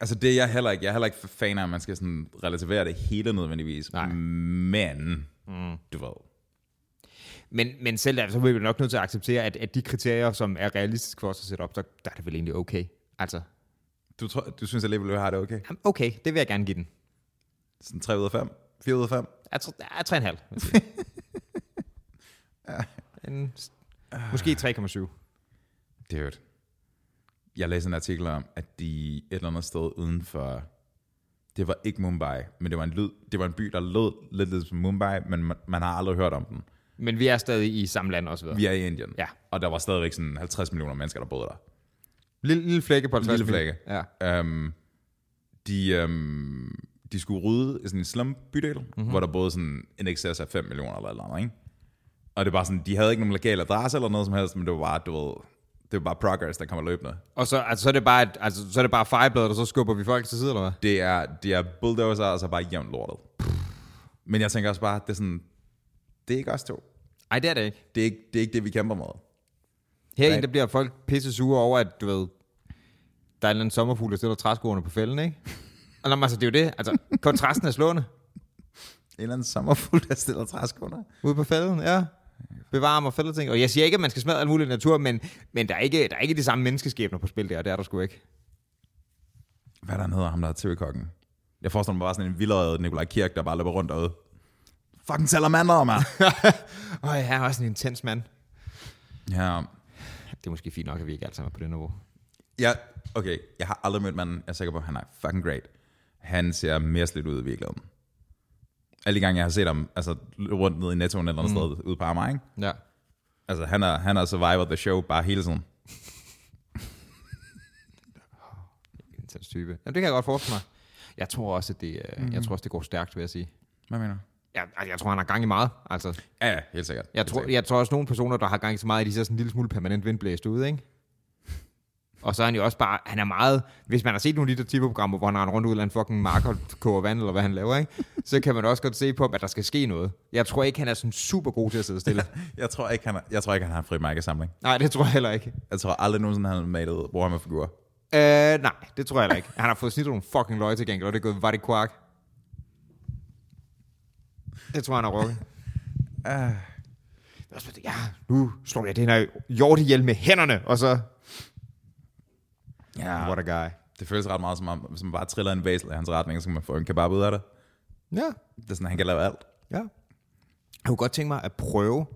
Altså det er jeg heller ikke. Jeg er heller ikke fan af, at man skal sådan relativere det hele nødvendigvis.
Nej.
Men, mm. du ved,
Men, men selv der, så bliver vi nok nødt til at acceptere, at, at de kriterier, som er realistiske for os at sætte op, så der er det vel egentlig okay. Altså,
du, tror, du synes alligevel, jeg har det okay?
Jamen, Okay, det vil jeg gerne give den.
Sådan 3 ud af 5? 4 ud af 5?
Jeg tror, jeg tror en halv. vil jeg sige. en, måske 3,7.
Dude. Jeg læste en artikel om, at de et eller andet sted uden for... Det var ikke Mumbai, men det var en, lyd, det var en by, der lød lidt, lidt som Mumbai, men man, man har aldrig hørt om den.
Men vi er stadig i samme land osv.
Vi er i Indien.
Ja.
Og der var stadigvæk sådan 50 millioner mennesker, der boede der.
Lille, lille flække på 50
Lille flække.
Ja.
Um, de, um, de skulle rydde i sådan en slumbydel, mm-hmm. hvor der boede sådan en excess af 5 millioner eller et eller andet, ikke? Og det var sådan, de havde ikke nogen legal adresse eller noget som helst, men det var bare, du ved, det var bare progress, der kommer løbende.
Og så, altså, så, er det bare, et, altså, så er det bare firebladet, og så skubber vi folk til side, eller hvad?
det er, det er bulldozer, og så bare jævnt lortet. Men jeg tænker også bare, det er sådan, det er ikke os to.
Nej, det er det ikke.
Det er ikke det, er ikke det vi kæmper med.
Herinde,
Nej.
der bliver folk pisse sure over, at du ved, der er en eller anden sommerfugl, der stiller træskoerne på fælden, ikke? Og når man, altså, det er jo det. Altså, kontrasten er slående.
En eller anden sommerfugl, der stiller træskunder.
Ude på fælden, ja. Bevare mig fældet ting. Og jeg siger ikke, at man skal smadre alt muligt natur, men, men der, er ikke, der er ikke de samme menneskeskæbner på spil der, det er der sgu ikke.
Hvad er der hedder ham, der er tv-kokken? Jeg forestiller mig bare sådan en vildrøget Nikolaj Kirk, der bare løber rundt derude. Fucking salamander, mand!
Åh, jeg er også en intens mand.
ja.
Det er måske fint nok, at vi ikke alle sammen er på det niveau.
ja, okay. Jeg har aldrig mødt manden. Jeg er sikker på, at han er fucking great. Han ser mere slidt ud i virkeligheden. Alle de gange, jeg har set ham altså, løbe rundt nede i Netto eller et eller andet mm. sted ude på Amager, ikke?
Ja.
Altså, han har, han har survived the show bare hele tiden.
intens type. Jamen, det kan jeg godt forestille mig. Jeg tror også, at det, mm. jeg tror også, det går stærkt, vil jeg sige.
Hvad mener du?
Jeg, altså, jeg tror, han har gang i meget. Altså,
Ja, ja, helt sikkert.
jeg,
Helt
tror,
sikkert.
jeg tror også, nogle personer, der har gang i så meget, de ser sådan en lille smule permanent vindblæst ud, ikke? Og så er han jo også bare, han er meget, hvis man har set nogle af de der TV-programmer, hvor han render rundt ud af en fucking mark og koger vand, eller hvad han laver, ikke? så kan man også godt se på, ham, at der skal ske noget. Jeg tror ikke, han er sådan super god til at sidde stille.
jeg, tror ikke, han har, jeg tror ikke, han har en frimærkesamling.
Nej, det tror jeg heller ikke.
Jeg tror aldrig nogensinde, han har malet Warhammer-figurer.
Øh, nej, det tror jeg heller ikke. Han har fået snittet nogle fucking løg til gengæld, og det er gået var det quark. Det tror jeg, han har rukket. Øh, Uh. Ja, nu slår jeg den her jord ihjel med hænderne, og så... Ja. What a guy.
Det føles ret meget som om, hvis man bare triller en væsel i hans retning, så kan man få en kebab ud af det.
Ja,
Det er sådan, han kan lave alt.
ja. Jeg kunne godt tænke mig at prøve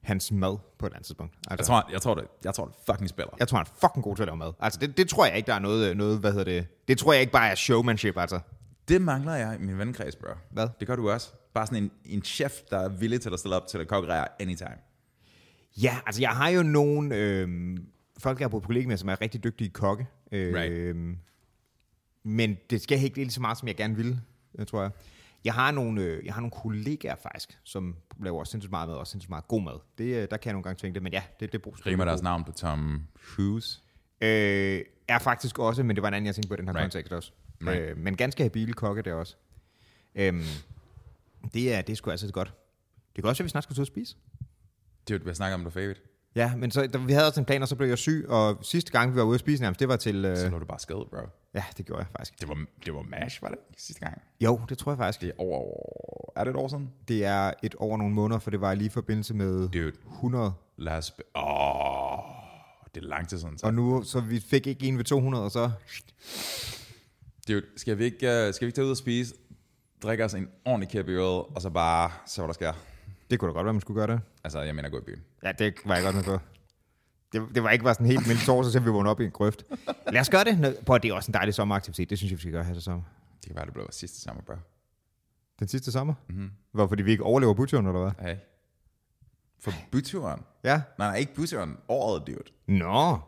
hans mad på et andet tidspunkt. Altså,
Jeg tror, jeg tror, det, jeg tror, det fucking spiller.
jeg tror, han er fucking god til at lave mad. Altså, det, det tror jeg ikke, der er noget, noget, hvad hedder det... Det tror jeg ikke bare er showmanship, altså.
Det mangler jeg i min vennekreds, bro.
Hvad?
Det gør du også. Bare sådan en, en chef, der er villig til at stille op til at konkurrere anytime.
Ja, altså jeg har jo nogle øh, folk, jeg har på kollega med, som er rigtig dygtige kokke. Øh,
Right.
Men det skal ikke lige så meget, som jeg gerne ville, øh, tror jeg. Jeg har, nogle, øh, jeg har nogle kollegaer faktisk, som laver også sindssygt meget mad, og også sindssygt meget god mad. Det, øh, der kan jeg nogle gange tænke det, men ja, det, det bruges.
Rimer deres navn på Tom Hughes.
Øh, er faktisk også, men det var en anden, jeg tænkte på i den her right.
Right.
kontekst også.
Right.
Øh, men ganske habile kokke der også. Øhm, det, er, det er sgu altså godt. Det kan også være, at vi snart skal ud og spise.
Det er jo, vi har snakket om, du favorite.
Ja, men så, der, vi havde også en plan, og så blev jeg syg, og sidste gang, vi var ude at spise nærmest, det var til... Øh,
Så lå du bare skade, bro.
ja, det gjorde jeg faktisk.
Det var, det var MASH, var det ikke? Sidste gang.
Jo, det tror jeg faktisk.
Det er over... Er det et år siden?
Det er et over nogle måneder, for det var lige i forbindelse med
Dude,
100.
lad os... sp- Åh, det er lang tid siden.
Og
Så.
nu, så vi fik ikke en ved 200, og så...
Dude, skal vi, ikke, øh, skal vi ikke tage ud og spise, drikke os en ordentlig kæppe øl, og så bare se, hvad der sker?
Det kunne da godt være, man skulle gøre det.
Altså, jeg mener gå i byen.
Ja, det var jeg godt med på. Det, det var ikke bare sådan helt mildt sår, så selvom vi vågnede op i en grøft. Lad os gøre det. Nå, Prøv, at det er også en dejlig sommeraktivitet. Det synes jeg, vi skal gøre her til sommer.
Det kan være, det blev vores sidste sommer, bro.
Den sidste sommer?
Mhm.
Mm-hmm. Var fordi vi ikke overlever butcheren, eller hvad?
Hey. For byturen?
Ja.
Nej, nej, ikke byturen. Året, dude.
Nå.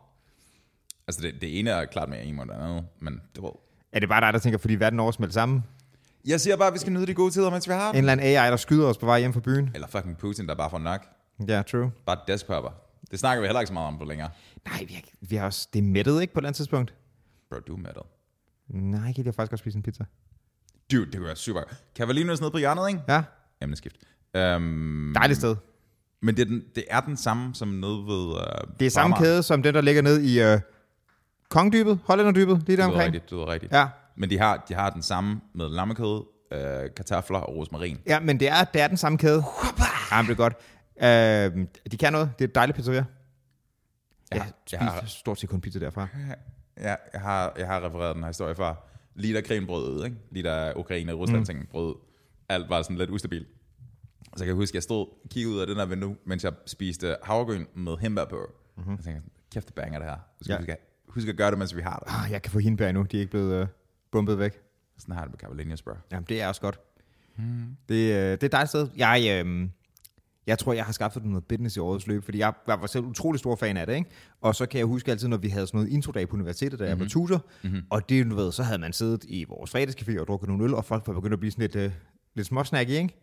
Altså, det, det ene er klart mere en end det andet, men det var...
Er det bare dig, der tænker, fordi verden oversmelter sammen?
Jeg siger bare, at vi skal nyde de gode tider, mens vi har
En
dem.
eller anden AI, der skyder os på vej hjem fra byen.
Eller fucking Putin, der bare får nok.
Ja, true.
Bare deskpopper. Det snakker vi heller ikke så meget om på længere.
Nej, vi har, vi har også... Det er mættet, ikke, på et eller andet tidspunkt?
Bro, du er metal.
Nej, ikke helt. jeg har faktisk godt spise en pizza.
Dude, det kunne være super. Cavalinos nede på hjørnet, ikke?
Ja,
Emneskift. Um,
dejligt sted.
men det er, den, det er den samme som nede ved... Uh,
Det er samme kæde som den, der ligger ned i øh, Kongdybet, Hollanderdybet, lige
Det
der
er
omkring.
rigtigt, det er rigtigt.
Ja.
Men de har, de har den samme med lammekød, øh, kartofler og rosmarin.
ja, men det er, det er den samme kæde. Ja, men det er godt. Øh, de kan noget. Det er et dejligt pizzeria.
Jeg,
Jeg spiser stort set kun pizza derfra.
Ja, jeg har, jeg har refereret den her historie fra lige da krigen brød ud, ikke? lige da Ukraine og Rusland mm. ting brød ud. Alt var sådan lidt ustabilt. Så jeg kan huske, jeg stod og kiggede ud af den her vindue, mens jeg spiste havregryn med hembær på. Mm-hmm. Jeg tænkte, kæft det banger det her. Du skal
Ja.
ja. huske, husk at gøre det, mens vi har det.
Ah, jeg kan få hindbær nu. De er ikke blevet øh, bumpet væk.
Sådan har jeg det med Cavalinos, bro.
Jamen, det er også godt. Mm. Det, øh, det er et dejligt sted. Jeg, øh, jeg tror, jeg har skaffet dem noget business i årets løb, fordi jeg, jeg var selv utrolig stor fan af det, ikke? Og så kan jeg huske altid, når vi havde sådan noget introdag på universitetet, da jeg var tutor, mm-hmm. og det, du ved, så havde man siddet i vores fredagscafé og drukket nogle øl, og folk var begyndt at blive sådan lidt, øh, lidt småsnakke, ikke?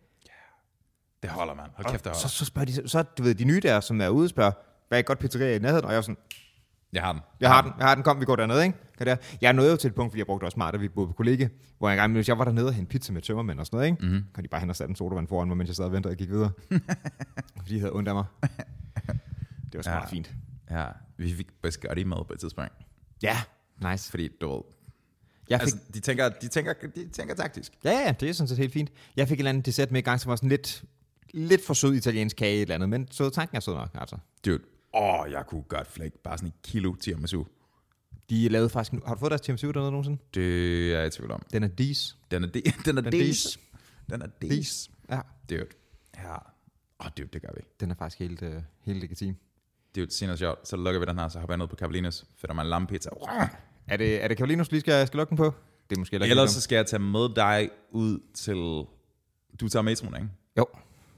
Det holder, man. Hold kæft, det
Så,
holder.
så spørger de, så du ved, de nye der, som er ude, spørger, hvad er et godt pizzeria i nærheden? Og jeg var sådan,
Jeg har den.
jeg har den, jeg har den, kom, vi går derned, ikke? Kan det være? jeg nåede jo til et punkt, fordi jeg brugte også meget, da vi boede på kollega, hvor jeg engang, hvis jeg var dernede og hente pizza med tømmermænd og sådan noget, ikke? Mm-hmm. Kan de bare hen og sætte en sodavand foran mig, mens jeg sad og ventede og gik videre. fordi de havde ondt af mig. Det var så ja. meget fint.
Ja, vi fik biscotti med på et tidspunkt.
Ja, nice.
Fordi, du ved,
Jeg fik,
altså, de, tænker, de, tænker, de tænker taktisk.
ja, ja, det er sådan set helt fint. Jeg fik et eller andet dessert med i gang, som var sådan lidt, lidt for sød italiensk kage et eller andet, men så tanken er sød nok, altså.
Dude, åh, jeg kunne godt flække bare sådan et kilo tiramisu.
De lavede faktisk, en- har du fået deres TM7 dernede nogensinde?
Det er jeg i tvivl om.
Den er dis.
Den er, de, den er
er
des. Den er des.
Ja,
Dude. Ja. Åh, dude, det gør vi.
den er faktisk helt, øh, helt legitim.
Dude, senere sjovt. Så lukker vi den her, så hopper jeg ned på Cavalinos. Fætter mig en lammepizza.
Er det, er det Carolinos, du lige skal, skal lukke den på? Det er måske heller ikke
Ellers
helt
så skal jeg tage med dig ud til... Du tager metroen, ikke?
dumt. Jo.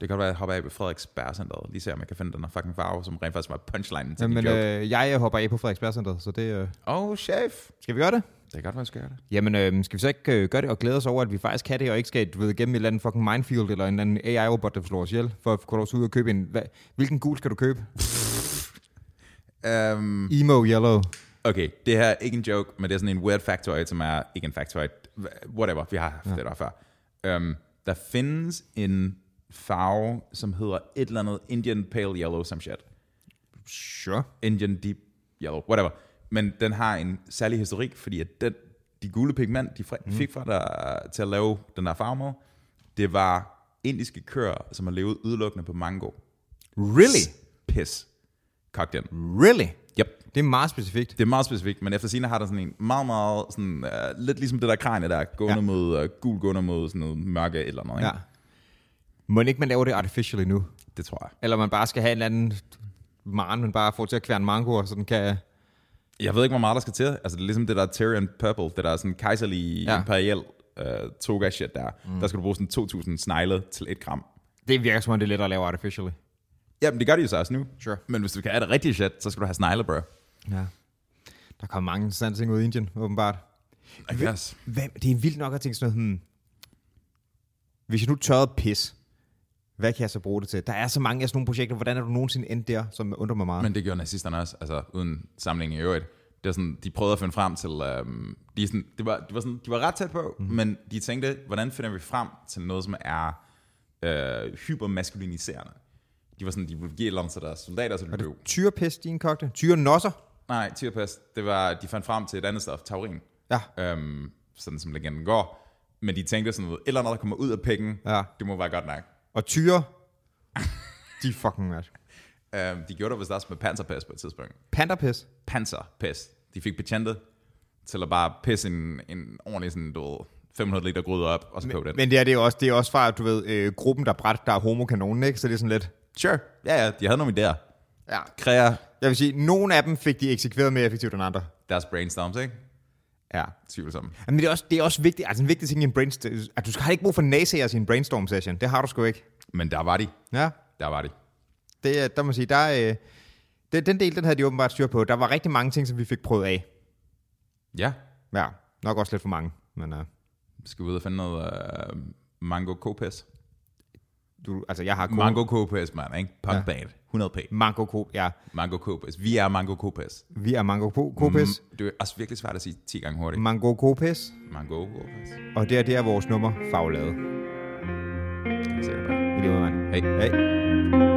Det kan godt være, at jeg hopper af ved Frederiksbergcenteret. Lige se, om jeg kan finde den her fucking farve, som rent faktisk var punchline til
Men
din joke.
øh, jeg hopper af på Frederiksberg Centeret, så det... Øh,
Åh, oh, chef.
skal vi gøre det?
Det er godt, man skal gøre det.
Jamen, øh, skal vi så ikke øh, gøre det og glæde os over, at vi faktisk kan det, og ikke skal du ved, igennem et eller andet fucking minefield, eller en eller anden AI-robot, der slår os ihjel, for at kunne også ud og købe en... Hvad, hvilken gul skal du købe?
Um,
Emo yellow.
okay, det her er ikke en joke, men det er sådan en weird factoid, som er ikke en factoid. Hva- Whatever, vi har haft ja. det der før. Um, der findes en farve, som hedder et eller andet Indian Pale Yellow, som shit.
Sure.
Indian Deep Yellow, whatever. Men den har en særlig historik, fordi at den, de gule pigment, de fra, fik fra der til at lave den her farve med, det var indiske køer, som har levet udelukkende på mango.
Really?
Pis. Kog den.
Really?
Yep.
Det er meget specifikt.
Det er meget specifikt, men efter sine har der sådan en meget, meget sådan, uh, lidt ligesom det der kranje der, gående ja.
Ja.
mod uh, gul, gående mod sådan noget mørke et eller andet. Ikke?
Ja. Må ikke man laver det artificially nu?
Det tror jeg.
Eller man bare skal have en eller anden marn, man bare får til at kværne mangoer, så den kan...
Jeg ved ikke, hvor meget der skal til. Altså, det er ligesom det der Tyrian Purple, det der sådan kejserlige
Ja.
ja. imperial uh, toga-shit der. Mm. Der skal du bruge sådan 2.000 snegle til et gram.
Det virker som om, det er lettere at lave artificially.
Jamen, det gør de jo så også nu.
Sure.
Men hvis du kan have det rigtige shit, så skal du have snegle, bro.
Ja. Der kommer mange interessante ting ud i Indien, åbenbart.
I guess.
Hvad, det er vildt nok at tænke sådan noget, hmm. Hvis jeg nu tørrede pis, hvad kan jeg så bruge det til? Der er så mange af sådan nogle projekter, hvordan er du nogensinde endt der, som undrer mig meget. Men,
Men det gjorde nazisterne også, altså uden sammenligning i øvrigt. Det var sådan, de prøvede at finde frem til, øhm, de, er sådan, det var, det var sådan, de var ret tæt på, mm-hmm. men de tænkte, hvordan finder vi frem til noget, som er øh, hypermaskuliniserende? De var sådan, de ville give et eller andet til deres soldater, så de blev...
Tyrepis, din kogte? Tyrenosser?
Nej, Tirpas, det var, de fandt frem til et andet stof, taurin,
Ja.
øhm, sådan som legenden går. Men de tænkte sådan noget, et eller andet, der kommer ud af pikken,
Ja.
det må være godt nok.
Og tyre? de er fucking mad.
Øhm, de gjorde det vist også med panserpas på et tidspunkt.
Panderpis?
panserpis. De fik betjente til at bare pisse en, en ordentlig sådan, du ved, 500 liter gryde op, og så koge den.
Men det er, det, er også, det er også fra, du ved, øh, gruppen, der bræt, der er homokanonen, ikke? Så det er sådan lidt...
Sure. Ja, ja, de havde nogle idéer.
Ja.
Kreer
Jeg vil sige, nogle af dem fik de eksekveret mere effektivt end andre.
deres brainstorms, ikke?
Ja.
Tvivlsomme.
Men det er også, det er også vigtigt, altså en vigtig ting i en brainstorm, at du skal har ikke brug for nasager i en brainstorm session. Det har du sgu ikke.
Men der var de.
Ja.
Der var de.
Det, er- der må sige, der er, øh, det, den del, den havde de åbenbart styr på. Der var rigtig mange ting, som vi fik prøvet af.
Ja.
Ja, nok også lidt for mange. Men øh,
Vi skal ud og finde noget øh, mango kopes.
du, altså, jeg har ko-
Mango kopes, mand, ikke? Punk band. 100 p.
Mango ko- ja.
Mango kopes. Vi er mango kopes.
Vi er mango ko- kopes.
Mm, det er også virkelig svært at sige 10 gange hurtigt.
Mango kopes.
Mango kopes.
Og det er, det er vores nummer faglade.
Kan jeg se det bare.
I lige måde, mand.
Hey.
Hey.